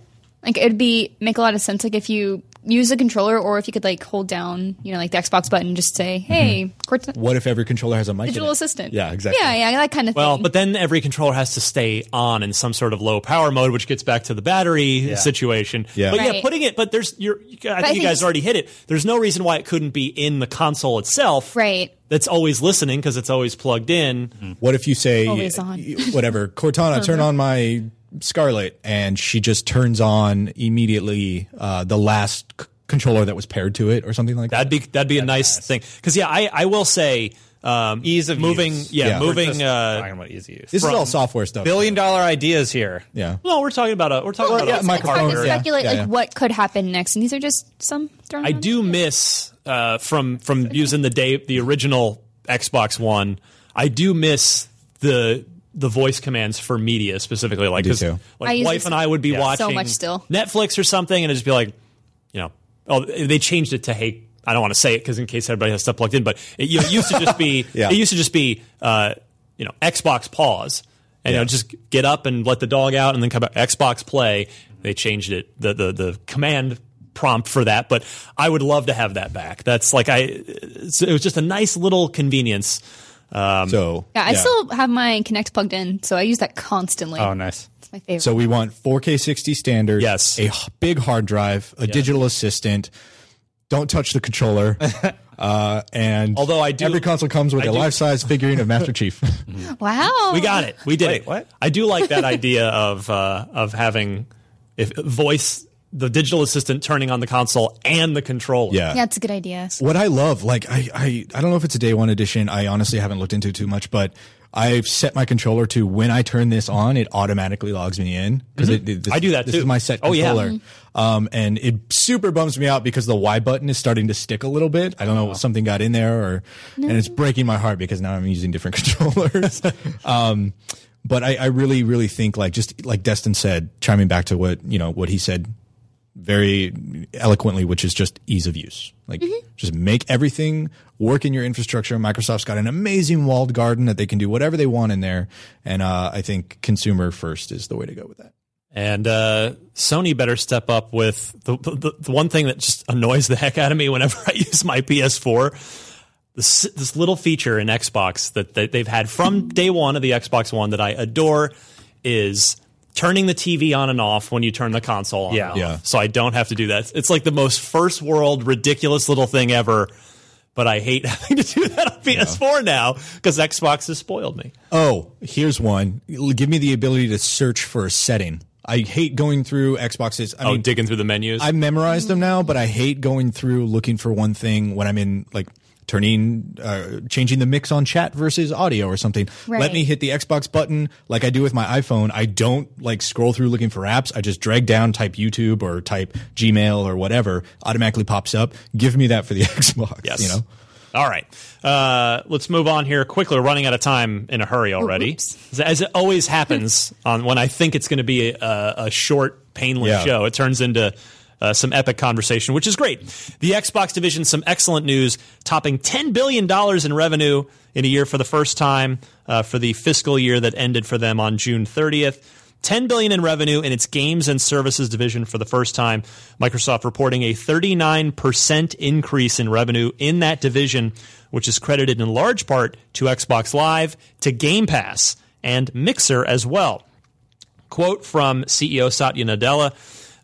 [SPEAKER 3] Like it'd be make a lot of sense. Like if you use the controller, or if you could like hold down, you know, like the Xbox button, and just say, "Hey, Cort-
[SPEAKER 2] what if every controller has a mic? in
[SPEAKER 3] digital
[SPEAKER 2] it?
[SPEAKER 3] assistant."
[SPEAKER 2] Yeah, exactly.
[SPEAKER 3] Yeah, yeah, that kind of
[SPEAKER 1] Well,
[SPEAKER 3] thing.
[SPEAKER 1] but then every controller has to stay on in some sort of low power mode, which gets back to the battery situation.
[SPEAKER 2] Yeah.
[SPEAKER 1] But yeah,
[SPEAKER 3] Right.
[SPEAKER 1] putting it. But there's you're. you- I think
[SPEAKER 3] I
[SPEAKER 1] you
[SPEAKER 3] think
[SPEAKER 1] guys
[SPEAKER 3] it's-
[SPEAKER 1] already hit it. There's no reason why it couldn't be in the console itself.
[SPEAKER 3] Right.
[SPEAKER 1] That's always listening because it's always plugged in.
[SPEAKER 2] What if you say
[SPEAKER 3] Always on.
[SPEAKER 2] whatever Cortana, turn on my Scarlet, and she just turns on immediately uh, the last c- controller that was paired to it, or something like that.
[SPEAKER 1] That'd be that'd be a nice, thing. 'Cause thing. Because yeah, I, I will say um,
[SPEAKER 4] Ease of
[SPEAKER 1] moving.
[SPEAKER 4] use.
[SPEAKER 1] Yeah,
[SPEAKER 2] Yeah.
[SPEAKER 1] moving.
[SPEAKER 4] Just
[SPEAKER 1] Uh,
[SPEAKER 4] talking about easy use.
[SPEAKER 2] This is all software stuff.
[SPEAKER 4] Billion dollar ideas here.
[SPEAKER 2] yeah.
[SPEAKER 1] no, we're talking about a we're talking
[SPEAKER 2] Well,
[SPEAKER 1] about
[SPEAKER 2] yeah,
[SPEAKER 1] a
[SPEAKER 3] it's, it's hard to
[SPEAKER 2] microphone, yeah.
[SPEAKER 3] speculate
[SPEAKER 2] Yeah,
[SPEAKER 3] like
[SPEAKER 2] yeah.
[SPEAKER 3] what could happen next, and these are just some. Thrown
[SPEAKER 1] I
[SPEAKER 3] around.
[SPEAKER 1] do miss uh, from from using the day the original Xbox One. I do miss the the voice commands for media specifically, like
[SPEAKER 2] do
[SPEAKER 1] 'cause,
[SPEAKER 2] too.
[SPEAKER 3] I
[SPEAKER 1] like
[SPEAKER 3] use
[SPEAKER 1] wife
[SPEAKER 3] this
[SPEAKER 1] and I would be
[SPEAKER 4] so
[SPEAKER 1] watching
[SPEAKER 3] much still.
[SPEAKER 1] Netflix or something, and it'd just be like, you know, oh, they changed it to hey. I don't want to say it because in case everybody has stuff plugged in, but it, you know, it used to just be
[SPEAKER 2] Yeah.
[SPEAKER 1] it used to just be uh, you know Xbox pause and you know
[SPEAKER 2] Yeah.
[SPEAKER 1] just get up and let the dog out and then come back Xbox play. They changed it the the the command prompt for that, but I would love to have that back. That's like I it's, it was just a nice little convenience. Um,
[SPEAKER 2] so
[SPEAKER 3] Yeah, I still have my Connect plugged in, so I use that constantly.
[SPEAKER 4] Oh, nice.
[SPEAKER 3] It's my favorite.
[SPEAKER 2] So we want 4K 60 standard.
[SPEAKER 1] Yes.
[SPEAKER 2] A h- big hard drive, a digital assistant. Don't touch the controller. uh, and
[SPEAKER 1] Although I do-
[SPEAKER 2] every console comes with
[SPEAKER 1] I
[SPEAKER 2] a
[SPEAKER 1] do-
[SPEAKER 2] life size figurine of Master Chief.
[SPEAKER 3] wow,
[SPEAKER 1] We got it. We did
[SPEAKER 4] Wait,
[SPEAKER 1] it.
[SPEAKER 4] what?
[SPEAKER 1] I do like that idea of uh, of having if voice the digital assistant turning on the console and the controller.
[SPEAKER 2] yeah.
[SPEAKER 3] Yeah, it's a good idea.
[SPEAKER 2] what I love, like I, I, I don't know if it's a day one edition. I honestly haven't looked into it too much, but I've set my controller to when I turn this on, it automatically logs me in because
[SPEAKER 1] Mm-hmm. I do that
[SPEAKER 2] This
[SPEAKER 1] too.
[SPEAKER 2] is my set
[SPEAKER 1] Oh, yeah.
[SPEAKER 2] controller, um, and it super bums me out because the Y button is starting to stick a little bit. I don't know something got in there, or and it's breaking my heart because now I'm using different controllers. um, but I, I really, really think like just like Destin said, chiming back to what you know what he said very eloquently, which is just ease of use. Like, just make everything work in your infrastructure. Microsoft's got an amazing walled garden that they can do whatever they want in there. And uh, I think consumer first is the way to go with that.
[SPEAKER 1] And uh, Sony better step up with the, the the one thing that just annoys the heck out of me whenever I use my PS4. This this little feature in Xbox that, that they've had from day one of the Xbox One that I adore is turning the TV on and off when you turn the console on.
[SPEAKER 4] Yeah.
[SPEAKER 1] and off.
[SPEAKER 2] Yeah.
[SPEAKER 1] So I don't have to do that. It's like the most first world ridiculous little thing ever. But I hate having to do that on PS4 now because Xbox has spoiled me.
[SPEAKER 2] Oh, here's one. Give me the ability to search for a setting. I hate going through Xboxes. I
[SPEAKER 1] Oh,
[SPEAKER 2] mean,
[SPEAKER 1] digging through the menus.
[SPEAKER 2] I memorize them now, but I hate going through looking for one thing when I'm in like turning uh, changing the mix on chat versus audio or something. Let
[SPEAKER 3] Right.
[SPEAKER 2] me hit the Xbox button like I do with my iPhone. I don't like scroll through looking for apps. I just drag down, type YouTube or type Gmail or whatever, automatically pops up. Give me that for the Xbox.
[SPEAKER 1] Yes.
[SPEAKER 2] You know.
[SPEAKER 1] All right. Uh, let's move on here quickly. We're running out of time in a hurry already.
[SPEAKER 3] Oops.
[SPEAKER 1] As- As it always happens on when I think it's going to be a, a short, painless
[SPEAKER 2] Yeah.
[SPEAKER 1] show, it turns into uh, some epic conversation, which is great. The Xbox division, some excellent news, topping $10 billion in revenue in a year for the first time uh, for the fiscal year that ended for them on June 30th. 10 billion in revenue in its games and services division for the first time. Microsoft reporting a 39% increase in revenue in that division, which is credited in large part to Xbox Live, to Game Pass, and Mixer as well quote from CEO Satya Nadella: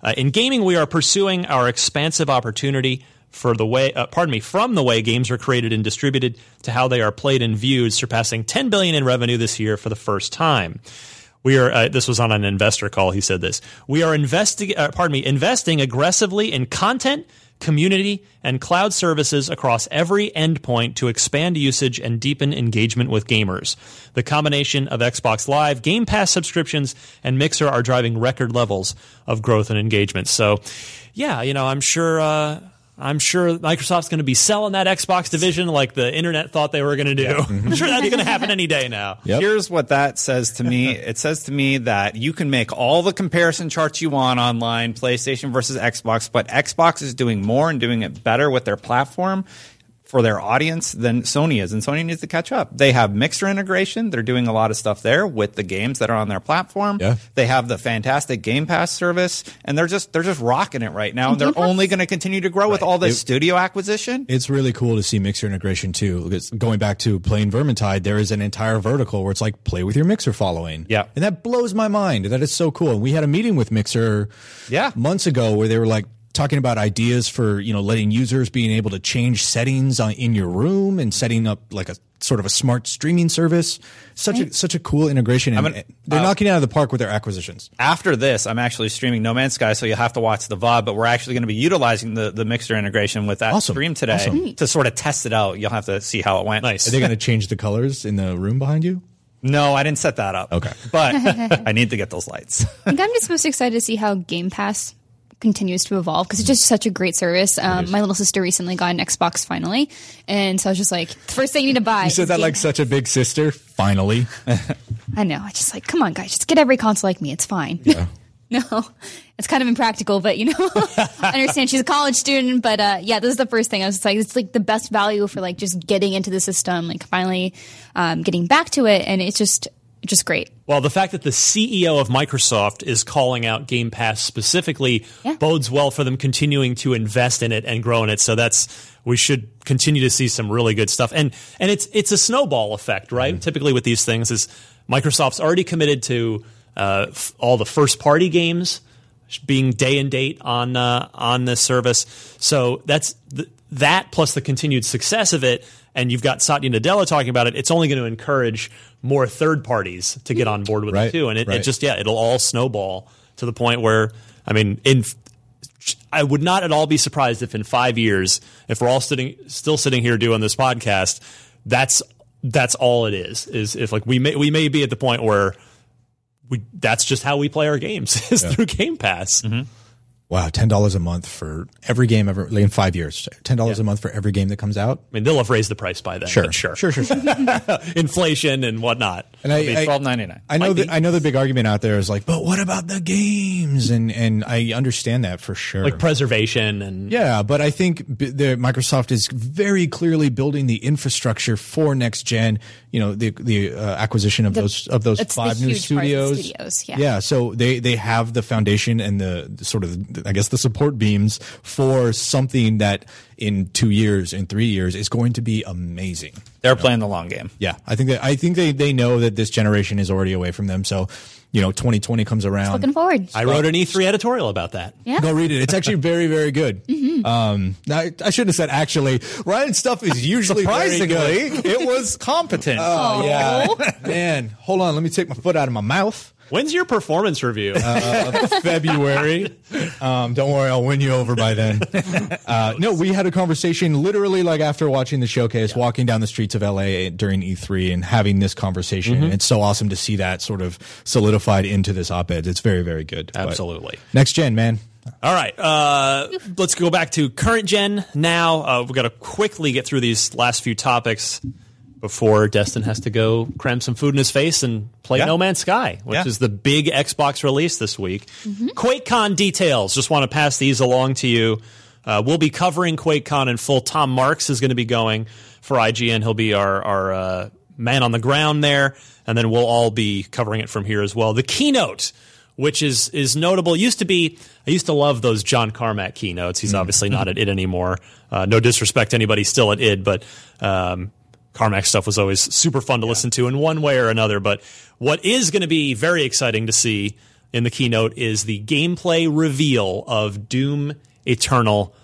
[SPEAKER 1] uh, "In gaming, we are pursuing our expansive opportunity for the way, uh, pardon me, from the way games are created and distributed to how they are played and viewed, surpassing 10 billion in revenue this year for the first time." We are. Uh, this was on an investor call. He said this. We are investing. Uh, pardon me, investing aggressively in content, community, and cloud services across every endpoint to expand usage and deepen engagement with gamers. The combination of Xbox Live, Game Pass subscriptions, and Mixer are driving record levels of growth and engagement. So, yeah, you know, I'm sure. Uh, I'm sure Microsoft's going to be selling that Xbox division like the internet thought they were going to do. I'm sure that's going to happen any day now.
[SPEAKER 2] Yep.
[SPEAKER 4] Here's what that says to me. it says to me that you can make all the comparison charts you want online, PlayStation versus Xbox, but Xbox is doing more and doing it better with their platform for their audience than Sony is, and Sony needs to catch up. They have mixer integration. They're doing a lot of stuff there with the games that are on their platform.
[SPEAKER 2] Yeah.
[SPEAKER 4] They have the fantastic Game Pass service, and they're just they're just rocking it right now. And they're only going to continue to grow with all this
[SPEAKER 2] It-
[SPEAKER 4] studio acquisition.
[SPEAKER 2] It's really cool to see mixer integration too. Because going back to playing Vermintide, there is an entire vertical where it's like play with your mixer following.
[SPEAKER 4] Yeah.
[SPEAKER 2] And that blows my mind. That is so cool. And we had a meeting with Mixer
[SPEAKER 4] Yeah.
[SPEAKER 2] months ago where they were like talking about ideas for, you know, letting users being able to change settings on, in your room and setting up like a sort of a smart streaming service. Such a such a cool integration. And
[SPEAKER 4] an-
[SPEAKER 2] they're knocking it out of the park with their acquisitions.
[SPEAKER 4] after this, I'm actually streaming No Man's Sky, so you'll have to watch the VOD, but we're actually going to be utilizing the, the Mixer integration with that
[SPEAKER 2] Awesome.
[SPEAKER 4] stream today
[SPEAKER 2] Awesome.
[SPEAKER 4] to sort of test it out. You'll have to see how it went.
[SPEAKER 1] Nice.
[SPEAKER 2] Are they going to change the colors in the room behind you?
[SPEAKER 4] No, I didn't set that up.
[SPEAKER 2] Okay.
[SPEAKER 4] But I need to get those lights.
[SPEAKER 3] I think I'm just most excited to see how Game Pass continues to evolve because it's just such a great service. Um, my little sister recently got an Xbox finally, and so I was just like, the first thing you need to buy.
[SPEAKER 2] You said that like such a big sister. Finally.
[SPEAKER 3] I know. I just like, come on, guys, just get every console like me. It's fine. no, it's kind of impractical, but you know, I understand she's a college student, but uh, yeah, this is the first thing I was just like, it's like the best value for like just getting into the system, like finally um, getting back to it, and it's just just great.
[SPEAKER 1] Well, the fact that the CEO of Microsoft is calling out Game Pass specifically
[SPEAKER 3] Yeah.
[SPEAKER 1] bodes well for them continuing to invest in it and grow in it. So that's we should continue to see some really good stuff. And and it's it's a snowball effect, right? Typically with these things is Microsoft's already committed to uh, f- all the first party games being day and date on uh, on this service. So that's th- that plus the continued success of it, and you've got Satya Nadella talking about it. It's only going to encourage more third parties to get on board with it
[SPEAKER 2] Right,
[SPEAKER 1] too, and it, it
[SPEAKER 2] right.
[SPEAKER 1] just yeah, it'll all snowball to the point where I mean, in I would not at all be surprised if in five years, if we're all sitting still sitting here doing this podcast, that's that's all it is. Is if like we may we may be at the point where. We, that's just how we play our games is through Game Pass.
[SPEAKER 2] Mm-hmm. Wow, ten dollars a month for every game ever like in five years. Ten dollars a month for every game that comes out.
[SPEAKER 1] I mean, they'll have raised the price by then. but sure,
[SPEAKER 2] sure, sure, sure.
[SPEAKER 1] Inflation and whatnot.
[SPEAKER 2] And I,
[SPEAKER 4] It'll be
[SPEAKER 2] I-
[SPEAKER 4] twelve ninety nine.
[SPEAKER 2] I know
[SPEAKER 1] Might
[SPEAKER 2] the,
[SPEAKER 1] be.
[SPEAKER 2] I know the big argument out there is like, but what about the games? And and I understand that for sure.
[SPEAKER 1] Like preservation and
[SPEAKER 2] yeah, but I think b- the Microsoft is very clearly building the infrastructure for next gen. You know, the the uh, acquisition of those of those
[SPEAKER 3] that's the
[SPEAKER 2] five new
[SPEAKER 3] huge part of the
[SPEAKER 2] studios.
[SPEAKER 3] studios, yeah.
[SPEAKER 2] so they they have the foundation and the, the sort of the- I guess the support beams for something that in two years, in three years, is going to be amazing.
[SPEAKER 4] They're playing the long game.
[SPEAKER 2] Yeah, I think that I think they they know that this generation is already away from them. So, you know, 2020 comes around.
[SPEAKER 3] Looking forward.
[SPEAKER 1] I wrote an E3 editorial about that.
[SPEAKER 3] Yeah.
[SPEAKER 2] Go read it. It's actually very, very good. Um, I, I shouldn't have said actually. Ryan's stuff is usually very good.
[SPEAKER 4] it was competent.
[SPEAKER 2] uh, Oh, yeah. Man, hold on. Let me take my foot out of my mouth.
[SPEAKER 1] When's your performance review?
[SPEAKER 2] February. Um, don't worry, I'll win you over by then. Uh, no, we had a conversation literally like after watching the showcase, walking down the streets of LA during E3 and having this conversation. And it's so awesome to see that sort of solidified into this op ed. It's very, very good. But
[SPEAKER 1] Absolutely.
[SPEAKER 2] next gen, man.
[SPEAKER 1] All right, uh, let's go back to current gen now. Uh, we've got to quickly get through these last few topics before Destin has to go cram some food in his face and play
[SPEAKER 2] Yeah.
[SPEAKER 1] No Man's Sky, which
[SPEAKER 2] Yeah.
[SPEAKER 1] is the big Xbox release this week. QuakeCon details. Just want to pass these along to you. Uh, we'll be covering QuakeCon in full. Tom Marks is going to be going for IGN. He'll be our our uh, man on the ground there, and then we'll all be covering it from here as well. The keynote which is is notable. Used to be, I used to love those John Carmack keynotes.
[SPEAKER 2] Mm.
[SPEAKER 1] He's obviously
[SPEAKER 2] Mm-hmm.
[SPEAKER 1] not at id anymore. Uh, no disrespect to anybody still at id, but um, Carmack stuff was always super fun to listen to in one way or another. But what is going to be very exciting to see in the keynote is the gameplay reveal of Doom Eternal.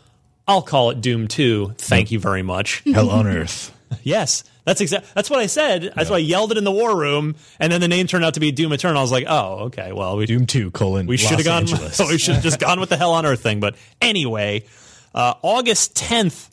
[SPEAKER 1] I'll call it Doom 2. Thank you very much.
[SPEAKER 2] Hell on earth.
[SPEAKER 1] Yes, that's exact. That's what I said. That's why I yelled it in the war room, and then the name turned out to be Doom Eternal. I was like, oh, okay. Well, we
[SPEAKER 2] Doom 2, colon.
[SPEAKER 1] we should have
[SPEAKER 2] Los
[SPEAKER 1] gone.
[SPEAKER 2] Angeles.
[SPEAKER 1] we should have just gone with the hell on earth thing. But anyway, uh, August tenth,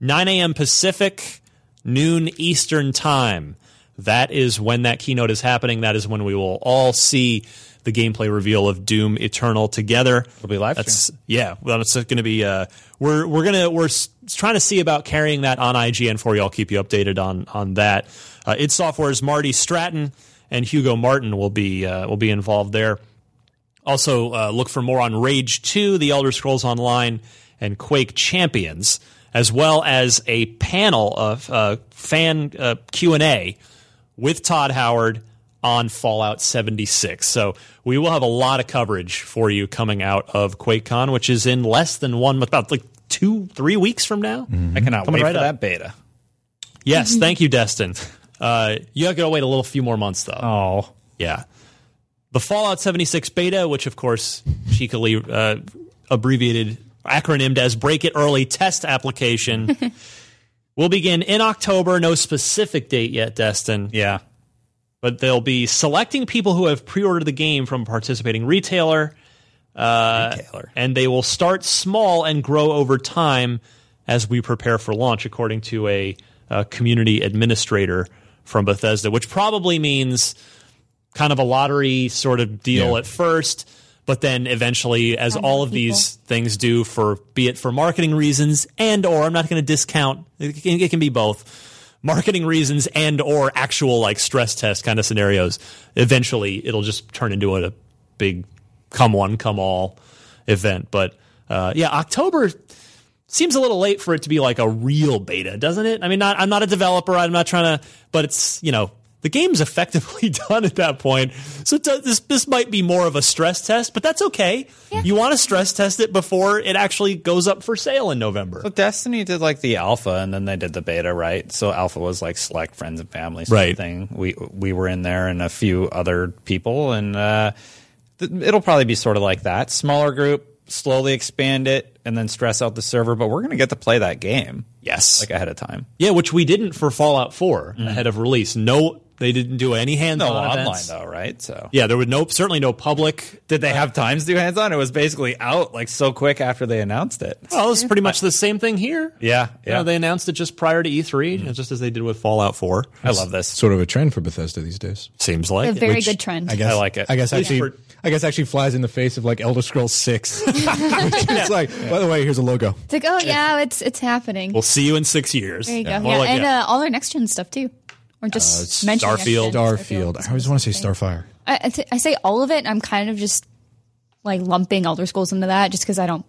[SPEAKER 1] nine a.m. Pacific, noon Eastern time. That is when that keynote is happening. That is when we will all see the gameplay reveal of Doom Eternal together. It'll
[SPEAKER 4] be live
[SPEAKER 1] That's yeah. Well, it's going to be. Uh, we're we're gonna we're s- trying to see about carrying that on IGN for you. I'll keep you updated on on that. Uh, id Software's Marty Stratton and Hugo Martin will be uh, will be involved there. Also, uh, look for more on Rage 2, The Elder Scrolls Online, and Quake Champions, as well as a panel of uh, fan uh, Q&A with Todd Howard on Fallout 76. So we will have a lot of coverage for you coming out of QuakeCon, which is in less than one month, about like two, three weeks from now.
[SPEAKER 4] I cannot
[SPEAKER 1] Coming
[SPEAKER 4] wait
[SPEAKER 1] right
[SPEAKER 4] for
[SPEAKER 1] up.
[SPEAKER 4] that beta.
[SPEAKER 1] Yes, thank you, Destin. Uh, you have to wait a little few more months, though.
[SPEAKER 4] Oh,
[SPEAKER 1] Yeah. The Fallout 76 beta, which of course cheekily uh, abbreviated, acronymed as Break It Early Test Application, will begin in October. No specific date yet, Destin
[SPEAKER 4] yeah.
[SPEAKER 1] but they'll be selecting people who have pre-ordered the game from a participating retailer, uh,
[SPEAKER 4] Retailer.
[SPEAKER 1] and they will start small and grow over time as we prepare for launch, according to a, uh community administrator from Bethesda, which probably means kind of a lottery sort of deal
[SPEAKER 2] Yeah.
[SPEAKER 1] at first. But then eventually, as
[SPEAKER 3] Hundred
[SPEAKER 1] all of
[SPEAKER 3] people.
[SPEAKER 1] these things do, for be it for marketing reasons and or I'm not going to discount. It can, it can be both marketing reasons and or actual like stress test kind of scenarios eventually it'll just turn into a big come one come all event but uh, yeah october seems a little late for it to be like a real beta doesn't it i mean not, i'm not a developer i'm not trying to but it's you know the game's effectively done at that point so it does, this this might be more of a stress test but that's okay you want to stress test it before it actually goes up for sale in november
[SPEAKER 4] But Destiny did like the alpha, and then they did the beta, right? So alpha was like select friends and family, sort of
[SPEAKER 1] Right.
[SPEAKER 4] Thing we we were in there, and a few other people, and uh, th- it'll probably be sort of like that, smaller group, slowly expand it, and then stress out the server. But we're gonna get to play that game,
[SPEAKER 1] yes
[SPEAKER 4] like ahead of time.
[SPEAKER 1] Yeah, which we didn't for Fallout 4 ahead of release. No, they didn't do any hands-on
[SPEAKER 4] Mm-hmm. No online
[SPEAKER 1] events.
[SPEAKER 4] though, right? So
[SPEAKER 1] Yeah, there was no certainly no public.
[SPEAKER 4] Did they have times to do hands on? It was basically out like so quick after they announced it.
[SPEAKER 1] Well, it's Oh, pretty much the same thing here.
[SPEAKER 4] Oh. Yeah,
[SPEAKER 1] You know,
[SPEAKER 4] yeah. Mm-hmm.
[SPEAKER 1] they announced it just prior to E3, you know, just as they did with Fallout 4.
[SPEAKER 4] I love this.
[SPEAKER 2] sort of a trend for Bethesda these days.
[SPEAKER 1] Seems
[SPEAKER 3] A
[SPEAKER 1] like
[SPEAKER 3] very
[SPEAKER 1] which-
[SPEAKER 3] good trend.
[SPEAKER 2] I guess
[SPEAKER 4] I like it.
[SPEAKER 2] I guess actually,
[SPEAKER 1] for-
[SPEAKER 2] I guess actually flies in the face of like Elder Scrolls Six. it's like, by the way, here's a logo.
[SPEAKER 3] It's like, oh yeah, it's it's happening.
[SPEAKER 1] We'll see you in six years.
[SPEAKER 3] there you go. Yeah,
[SPEAKER 1] More like,
[SPEAKER 3] and
[SPEAKER 1] yeah. Uh,
[SPEAKER 3] Uh, all our next gen stuff too, or just mention
[SPEAKER 1] Starfield.
[SPEAKER 2] Starfield. I always want to say Starfire.
[SPEAKER 3] I, I, th- I say all of it. and I'm kind of just like lumping Elder Scrolls into that, just because I don't.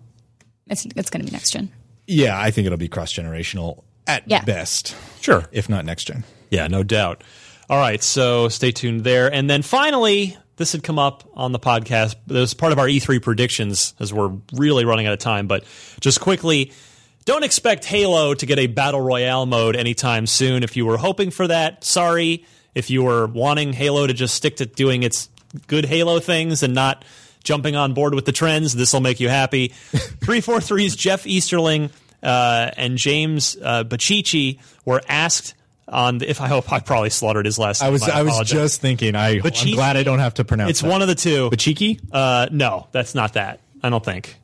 [SPEAKER 3] It's it's going to be next gen.
[SPEAKER 2] Yeah, I think it'll be cross generational at
[SPEAKER 3] Yeah.
[SPEAKER 2] best,
[SPEAKER 1] sure.
[SPEAKER 2] if not next gen.
[SPEAKER 1] Yeah, no doubt. All right, so stay tuned there. And then finally, this had come up on the podcast. It was part of our E3 predictions as we're really running out of time. But just quickly, don't expect Halo to get a Battle Royale mode anytime soon. If you were hoping for that, sorry. If you were wanting Halo to just stick to doing its good Halo things and not jumping on board with the trends, this will make you happy. 343's Jeff Easterling uh, and James uh, Bacici were asked on the, if I hope I probably slaughtered his last
[SPEAKER 2] I
[SPEAKER 1] name.
[SPEAKER 2] was I, was
[SPEAKER 1] apologize.
[SPEAKER 2] just thinking. I, I'm
[SPEAKER 1] Bachiki?
[SPEAKER 2] glad I don't have to pronounce.
[SPEAKER 1] It's one of the two.
[SPEAKER 2] the cheeky.
[SPEAKER 1] Uh, no, that's not that. I don't think.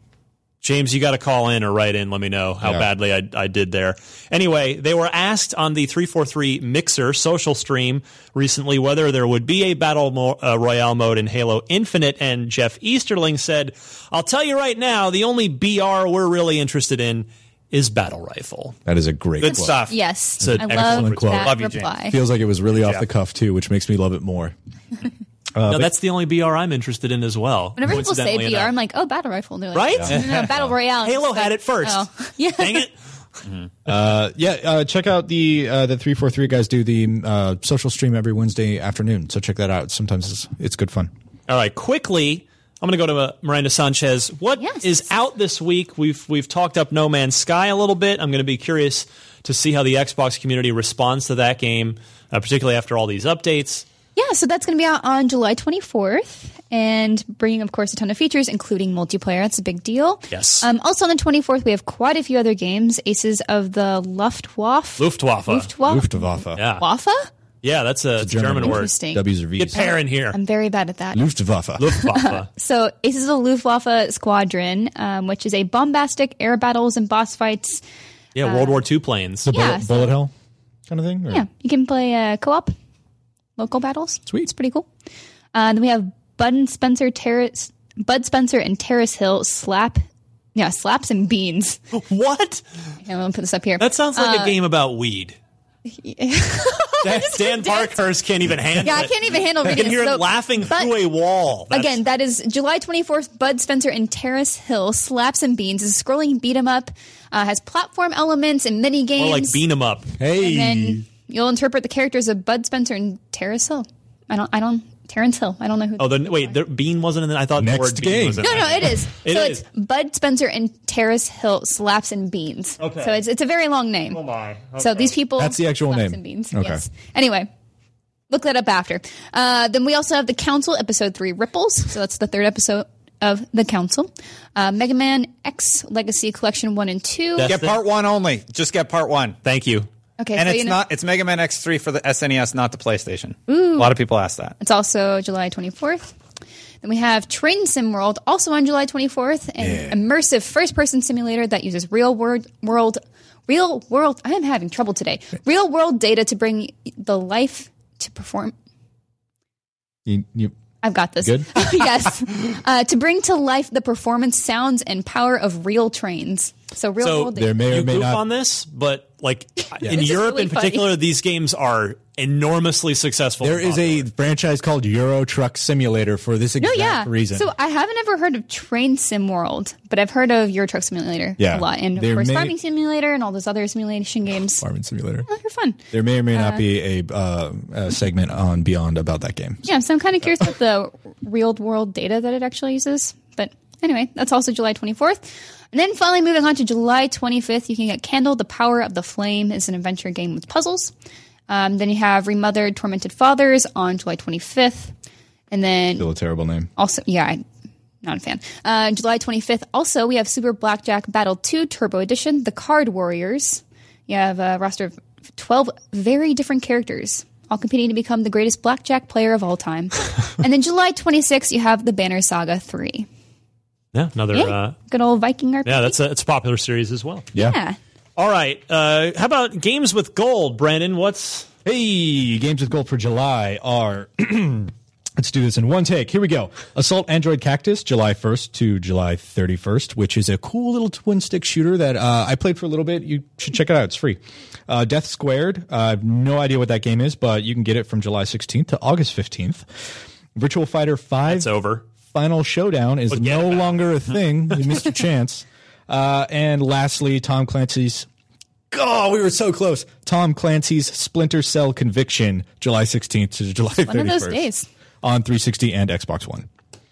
[SPEAKER 1] James, you got to call in or write in. Let me know how
[SPEAKER 2] Yeah.
[SPEAKER 1] badly I, I did there. Anyway, they were asked on the 343 Mixer social stream recently whether there would be a battle mo- uh, royale mode in Halo Infinite, and Jeff Easterling said, "I'll tell you right now, the only BR we're really interested in is battle rifle."
[SPEAKER 2] That is a great
[SPEAKER 1] Good
[SPEAKER 2] quote.
[SPEAKER 1] stuff.
[SPEAKER 3] Yes,
[SPEAKER 1] an
[SPEAKER 3] I
[SPEAKER 1] excellent
[SPEAKER 3] love
[SPEAKER 1] quote.
[SPEAKER 3] that
[SPEAKER 4] Love you, James.
[SPEAKER 3] reply.
[SPEAKER 2] Feels like it was really off
[SPEAKER 4] Yeah.
[SPEAKER 2] the cuff too, which makes me love it more.
[SPEAKER 4] Uh,
[SPEAKER 1] no, that's the only BR I'm interested in as well.
[SPEAKER 3] Whenever people say BR,
[SPEAKER 1] coincidentally enough.
[SPEAKER 3] I'm like, oh, battle rifle. And they're like,
[SPEAKER 1] Right?
[SPEAKER 3] No, no, no, battle royale. It's
[SPEAKER 1] Halo
[SPEAKER 3] like,
[SPEAKER 1] had it first.
[SPEAKER 3] Oh, yeah.
[SPEAKER 1] Dang it.
[SPEAKER 2] Uh, yeah, uh, check out the uh, the three four three guys do the uh, social stream every Wednesday afternoon. So check that out. Sometimes it's, it's good fun.
[SPEAKER 1] All right, quickly, I'm going to go to uh, Miranda Sanchez. What is
[SPEAKER 3] Yes.
[SPEAKER 1] out this week? We've we've talked up No Man's Sky a little bit. I'm going to be curious to see how the Xbox community responds to that game, uh, particularly after all these updates.
[SPEAKER 3] Yeah, so that's going to be out on July 24th and bringing, of course, a ton of features, including multiplayer. That's a big deal.
[SPEAKER 1] Yes.
[SPEAKER 3] Um, also on the 24th, we have quite a few other games Aces of the Luftwaffe.
[SPEAKER 1] Luftwaffe.
[SPEAKER 3] Luftwaffe?
[SPEAKER 2] Luftwaffe.
[SPEAKER 1] Yeah,
[SPEAKER 3] Waffe?
[SPEAKER 1] yeah, that's a, it's a German,
[SPEAKER 2] German word.
[SPEAKER 1] word.
[SPEAKER 3] Interesting.
[SPEAKER 2] W's or
[SPEAKER 1] Get
[SPEAKER 2] V's.
[SPEAKER 1] pair in here.
[SPEAKER 3] I'm very bad at that.
[SPEAKER 2] Luftwaffe.
[SPEAKER 1] Luftwaffe.
[SPEAKER 3] So, Aces of the Luftwaffe Squadron, um, which is a bombastic air battles and boss fights.
[SPEAKER 1] Yeah, World War II planes.
[SPEAKER 2] The bullet,
[SPEAKER 3] Yeah, so-
[SPEAKER 2] bullet hell kind of thing. or-
[SPEAKER 3] Yeah, you can play uh, co op, local battles.
[SPEAKER 2] Sweet.
[SPEAKER 3] It's pretty cool. Uh, then we have Bud and Spencer Terrace, Bud Spencer and Terrace Hill slap, yeah, slaps and beans.
[SPEAKER 1] What?
[SPEAKER 3] Okay, I'm gonna put this up here. Uh,
[SPEAKER 1] That sounds like a game about weed. Dan, Dan Parkhurst can't even handle
[SPEAKER 3] yeah, I
[SPEAKER 1] it.
[SPEAKER 3] can't even handle
[SPEAKER 1] I
[SPEAKER 3] reading.
[SPEAKER 1] can hear
[SPEAKER 3] it. So-
[SPEAKER 1] him laughing
[SPEAKER 3] but-
[SPEAKER 1] through a wall. That's-
[SPEAKER 3] Again, that is July 24th. Bud Spencer and Terrace Hill slaps and beans is a scrolling beat 'em up. Uh, has platform elements and mini games.
[SPEAKER 1] or like bean 'em up.
[SPEAKER 2] Hey.
[SPEAKER 3] and then you'll interpret the characters of Bud Spencer and Terrace Hill. I don't. I don't. Terrence Hill. I don't know who.
[SPEAKER 1] Oh, the, wait, there, bean wasn't in. The, I thought the
[SPEAKER 2] Next
[SPEAKER 1] word bean
[SPEAKER 2] game.
[SPEAKER 1] was in.
[SPEAKER 3] No,
[SPEAKER 1] there.
[SPEAKER 3] no, it is.
[SPEAKER 1] It
[SPEAKER 3] so
[SPEAKER 1] is.
[SPEAKER 3] it's Bud Spencer and Terrace Hill slaps and beans.
[SPEAKER 1] Okay.
[SPEAKER 3] So it's it's a very long name. Oh my. So these people.
[SPEAKER 2] That's the actual
[SPEAKER 3] slaps
[SPEAKER 2] name.
[SPEAKER 3] And beans.
[SPEAKER 2] Okay.
[SPEAKER 3] Yes. Anyway. Look that up after. Uh, then we also have the Council episode three, Ripples. So that's the third episode of the Council. Uh, Mega Man X Legacy Collection one and two.
[SPEAKER 1] That's
[SPEAKER 4] Get
[SPEAKER 1] the-
[SPEAKER 4] part one only. Just get part one.
[SPEAKER 1] Thank you.
[SPEAKER 3] Okay,
[SPEAKER 4] and
[SPEAKER 3] so
[SPEAKER 4] it's
[SPEAKER 3] you know,
[SPEAKER 4] not. It's Mega Man X3 for the SNES, not the PlayStation. Ooh. A lot of people ask that.
[SPEAKER 3] It's also July 24th. Then we have Train Sim World, also on July 24th, an immersive first-person simulator that uses real world, world, real world. I am having trouble today. Real world data to bring the life to perform.
[SPEAKER 2] You, you,
[SPEAKER 3] I've got this.
[SPEAKER 2] Good?
[SPEAKER 3] yes, uh, to bring to life the performance, sounds, and power of real trains. So real
[SPEAKER 1] So
[SPEAKER 3] world.
[SPEAKER 2] there
[SPEAKER 3] Data.
[SPEAKER 2] may
[SPEAKER 1] you
[SPEAKER 2] or may
[SPEAKER 1] goof
[SPEAKER 2] not.
[SPEAKER 1] on this, but like in
[SPEAKER 3] This is
[SPEAKER 1] Europe
[SPEAKER 3] really
[SPEAKER 1] in
[SPEAKER 3] funny.
[SPEAKER 1] particular, these games are enormously successful.
[SPEAKER 2] there
[SPEAKER 1] and
[SPEAKER 2] is a
[SPEAKER 1] popular.
[SPEAKER 2] franchise called Euro Truck Simulator for this
[SPEAKER 3] No,
[SPEAKER 2] exact
[SPEAKER 3] Oh, yeah.
[SPEAKER 2] reason.
[SPEAKER 3] So I haven't ever heard of Train Sim World, but I've heard of Euro Truck Simulator
[SPEAKER 2] Yeah.
[SPEAKER 3] a lot, and of
[SPEAKER 2] There
[SPEAKER 3] course
[SPEAKER 2] may-
[SPEAKER 3] Farming Simulator and all those other simulation games.
[SPEAKER 2] Farming Simulator.
[SPEAKER 3] They're fun.
[SPEAKER 2] There may or may not be a, uh, a segment on Beyond about that game.
[SPEAKER 3] Yeah, so I'm kind of curious about the real world data that it actually uses. But anyway, that's also July 24th. And then finally, moving on to July 25th, you can get Candle, The Power of the Flame is an adventure game with puzzles. Um, then you have Remothered, Tormented Fathers on July 25th. And then
[SPEAKER 2] Still a terrible name.
[SPEAKER 3] also, yeah, I'm not a fan. Uh, July 25th, also, we have Super Blackjack Battle 2 Turbo Edition, The Card Warriors. You have a roster of 12 very different characters, all competing to become the greatest blackjack player of all time. and then July 26th, you have The Banner Saga 3.
[SPEAKER 1] yeah, another
[SPEAKER 3] Yeah,
[SPEAKER 1] uh,
[SPEAKER 3] good old Viking RPG.
[SPEAKER 1] yeah, that's a it's a popular series as well.
[SPEAKER 2] Yeah.
[SPEAKER 3] Yeah.
[SPEAKER 1] All right, uh, how about games with gold, Brandon? What's
[SPEAKER 2] Hey, games with gold for July are. Let's do this in one take. Here we go. Assault Android Cactus, July 1st to July 31st, which is a cool little twin stick shooter that uh, I played for a little bit. You should check it out. It's free. Uh, Death Squared, uh, I have no idea what that game is, but you can get it from July 16th to August 15th. Virtual Fighter 5.
[SPEAKER 1] it's over?
[SPEAKER 2] Final Showdown is
[SPEAKER 1] Forget
[SPEAKER 2] no
[SPEAKER 1] about it.
[SPEAKER 2] longer a thing. You missed your chance. Uh, and lastly, Tom Clancy's. Oh, we were so close. Tom Clancy's Splinter Cell Conviction, July 16th to July 31st.
[SPEAKER 3] one of those days.
[SPEAKER 2] On 360 and Xbox One.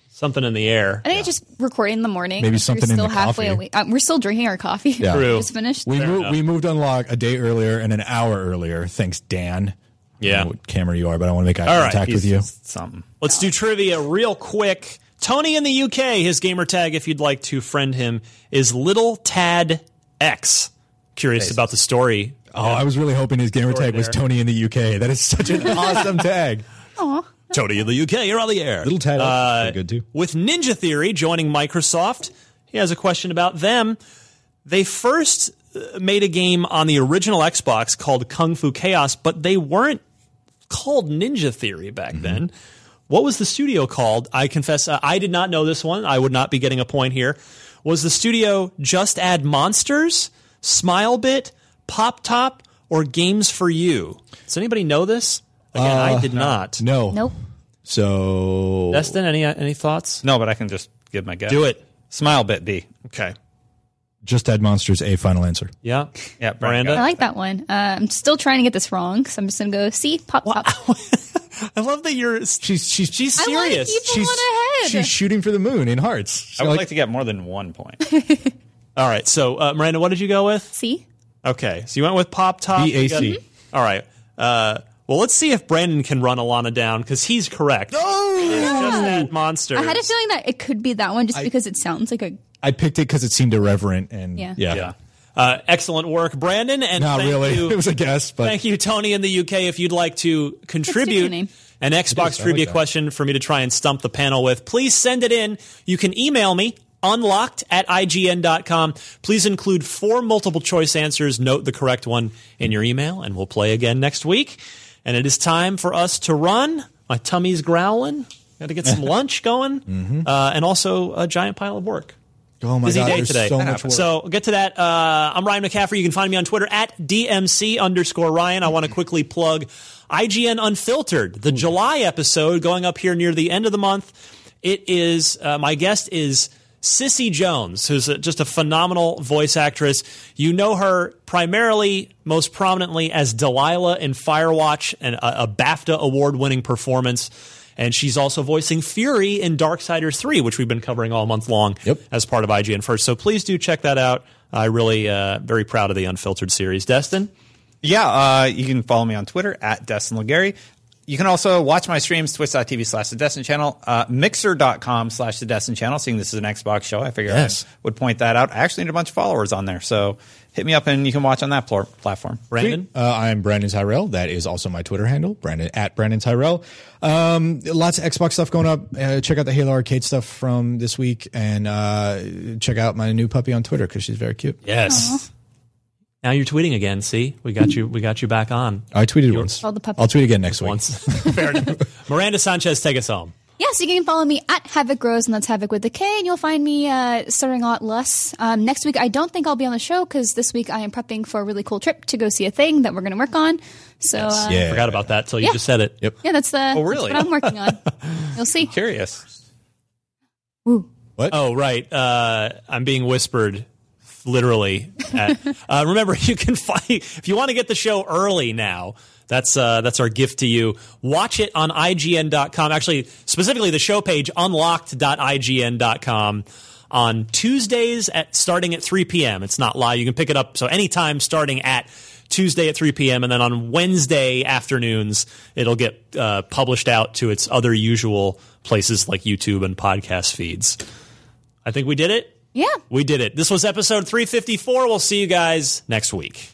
[SPEAKER 1] Something in the air.
[SPEAKER 3] I think it's just recording in the morning.
[SPEAKER 2] Maybe
[SPEAKER 3] We're
[SPEAKER 2] something in
[SPEAKER 3] still
[SPEAKER 2] the
[SPEAKER 3] halfway
[SPEAKER 2] coffee.
[SPEAKER 3] awake. Um, we're still drinking our coffee.
[SPEAKER 2] Yeah.
[SPEAKER 3] We
[SPEAKER 1] True.
[SPEAKER 3] just finished.
[SPEAKER 2] We, mo- we moved Unlock a day earlier and an hour earlier. Thanks, Dan. I
[SPEAKER 1] Yeah.
[SPEAKER 2] don't know what camera you are, but I want to make eye
[SPEAKER 1] All right,
[SPEAKER 2] contact
[SPEAKER 4] He's
[SPEAKER 2] with you.
[SPEAKER 4] just Something.
[SPEAKER 1] Let's do trivia real quick. Tony in the UK, his gamer tag, if you'd like to friend him, is Little Tad X. Curious about the story
[SPEAKER 2] Oh, I was really hoping his gamer tag was
[SPEAKER 4] there.
[SPEAKER 2] Tony in the UK. That is such an awesome tag.
[SPEAKER 1] Tony in the UK, you're on the air.
[SPEAKER 2] Little tag
[SPEAKER 1] Uh,
[SPEAKER 2] also good too.
[SPEAKER 1] With Ninja Theory joining Microsoft, he has a question about them. They first uh, made a game on the original Xbox called Kung Fu Chaos, but they weren't called Ninja Theory back
[SPEAKER 2] Mm-hmm.
[SPEAKER 1] then. What was the studio called? I confess, uh, I did not know this one. I would not be getting a point here. Was the studio Just Add Monsters, Smilebit, Pop Top, or Games for You? Does anybody know this? Again, I
[SPEAKER 2] Uh,
[SPEAKER 1] did not.
[SPEAKER 2] No.
[SPEAKER 3] Nope.
[SPEAKER 2] So
[SPEAKER 1] Destin, any any thoughts?
[SPEAKER 4] No, but I can just give my guess.
[SPEAKER 1] Do it.
[SPEAKER 4] Smile bit B.
[SPEAKER 1] Okay.
[SPEAKER 2] just add monsters a final answer.
[SPEAKER 1] Yeah.
[SPEAKER 4] Yeah, Brian
[SPEAKER 1] Miranda.
[SPEAKER 3] I like that one. Uh, I'm still trying to get this wrong, so I'm just gonna go see pop pop.
[SPEAKER 1] I love that you're. She's she's she's
[SPEAKER 3] I wanna
[SPEAKER 1] serious.
[SPEAKER 3] keep-
[SPEAKER 2] She's
[SPEAKER 3] one ahead.
[SPEAKER 2] she's shooting for the moon in hearts.
[SPEAKER 4] I
[SPEAKER 2] So,
[SPEAKER 4] would like,
[SPEAKER 2] like,
[SPEAKER 4] to get more than one point.
[SPEAKER 1] All right. So uh, Miranda, what did you go with? Mm-hmm.
[SPEAKER 3] See,
[SPEAKER 1] Okay. So you went with pop top.
[SPEAKER 2] B A C.
[SPEAKER 1] You got- All right. Uh, well, let's see if Brandon can run Alana down because he's correct.
[SPEAKER 2] oh!
[SPEAKER 1] Just that monster.
[SPEAKER 3] I had a feeling that it could be that one just because it sounds like a
[SPEAKER 2] I picked it because it seemed irreverent and
[SPEAKER 3] Yeah.
[SPEAKER 2] yeah.
[SPEAKER 4] Yeah.
[SPEAKER 1] uh, excellent work, Brandon. And
[SPEAKER 2] Not
[SPEAKER 1] thank
[SPEAKER 2] really.
[SPEAKER 1] you-
[SPEAKER 2] It was a guess, but
[SPEAKER 1] Thank you, Tony, in the UK. If you'd like to contribute
[SPEAKER 3] name.
[SPEAKER 1] an Xbox
[SPEAKER 2] is. I uh, like
[SPEAKER 1] trivia
[SPEAKER 2] that.
[SPEAKER 1] question for me to try and stump the panel with, please send it in. You can email me unlocked at ign.com. Please include four multiple choice answers. Note the correct one in your email, and we'll play again next week. And it is time for us to run. My tummy's growling. Got to get some lunch going,
[SPEAKER 2] Mm-hmm.
[SPEAKER 1] uh, and also a giant pile of work.
[SPEAKER 2] oh my
[SPEAKER 1] Busy
[SPEAKER 2] god,
[SPEAKER 1] day
[SPEAKER 2] there's
[SPEAKER 1] today.
[SPEAKER 2] so much work.
[SPEAKER 1] So get to that. Uh, I'm Ryan McCaffrey. You can find me on Twitter at DMC underscore Ryan. I want to quickly plug IGN Unfiltered, the July episode going up here near the end of the month. It is, uh, my guest is Sissy Jones, who's a, just a phenomenal voice actress. You know her primarily, most prominently, as Delilah in Firewatch and a, a BAFTA award winning performance. And she's also voicing Fury in Darksiders 3, which we've been covering all month long
[SPEAKER 2] Yep.
[SPEAKER 1] as part of IGN First. So please do check that out. I really uh, very proud of the Unfiltered series. Destin?
[SPEAKER 4] Yeah, uh, you can follow me on Twitter at Destin Legary. You can also watch my streams, twitch.tv slash the Destin channel, uh, mixer.com slash the Destin channel. Seeing this is an Xbox show, I figure
[SPEAKER 2] Yes.
[SPEAKER 4] I would point that out. I actually need a bunch of followers on there. So hit me up and you can watch on that plor- platform.
[SPEAKER 1] Brandon?
[SPEAKER 2] Uh, I'm Brandon Tyrell. That is also my Twitter handle, Brandon at Brandon Tyrell. Um, lots of Xbox stuff going up. Uh, check out the Halo Arcade stuff from this week, and uh, check out my new puppy on Twitter because she's very cute.
[SPEAKER 1] Yes. Now you're tweeting again. See, we got you. We got you back on
[SPEAKER 2] I tweeted once.
[SPEAKER 3] All the puppy.
[SPEAKER 2] I'll tweet again next week.
[SPEAKER 1] once. Fair enough. Miranda Sanchez, take us home.
[SPEAKER 3] Yes, you can follow me at Havoc Rose, and that's Havoc with a K, and you'll find me uh, starting out less. Um, next week, I don't think I'll be on the show because this week I am prepping for a really cool trip to go see a thing that we're going to work on. So, uh,
[SPEAKER 2] Yeah.
[SPEAKER 1] Forgot about that till you
[SPEAKER 3] Yeah.
[SPEAKER 1] just said it.
[SPEAKER 2] Yep.
[SPEAKER 3] yeah, that's the
[SPEAKER 4] Oh, really?
[SPEAKER 3] that's what I'm working on. You'll see.
[SPEAKER 4] Curious.
[SPEAKER 1] Oh, right. Uh, I'm being whispered literally. at- uh, remember, you can find if you want to get the show early now. That's uh, that's our gift to you. Watch it on IGN.com. Actually, specifically the show page unlocked.ign.com on Tuesdays at starting at 3 p.m. It's not live. You can pick it up so anytime starting at Tuesday at 3 p.m. and then on Wednesday afternoons it'll get uh, published out to its other usual places like YouTube and podcast feeds. I think we did it.
[SPEAKER 3] Yeah.
[SPEAKER 1] We did it. This was episode 354. We'll see you guys next week.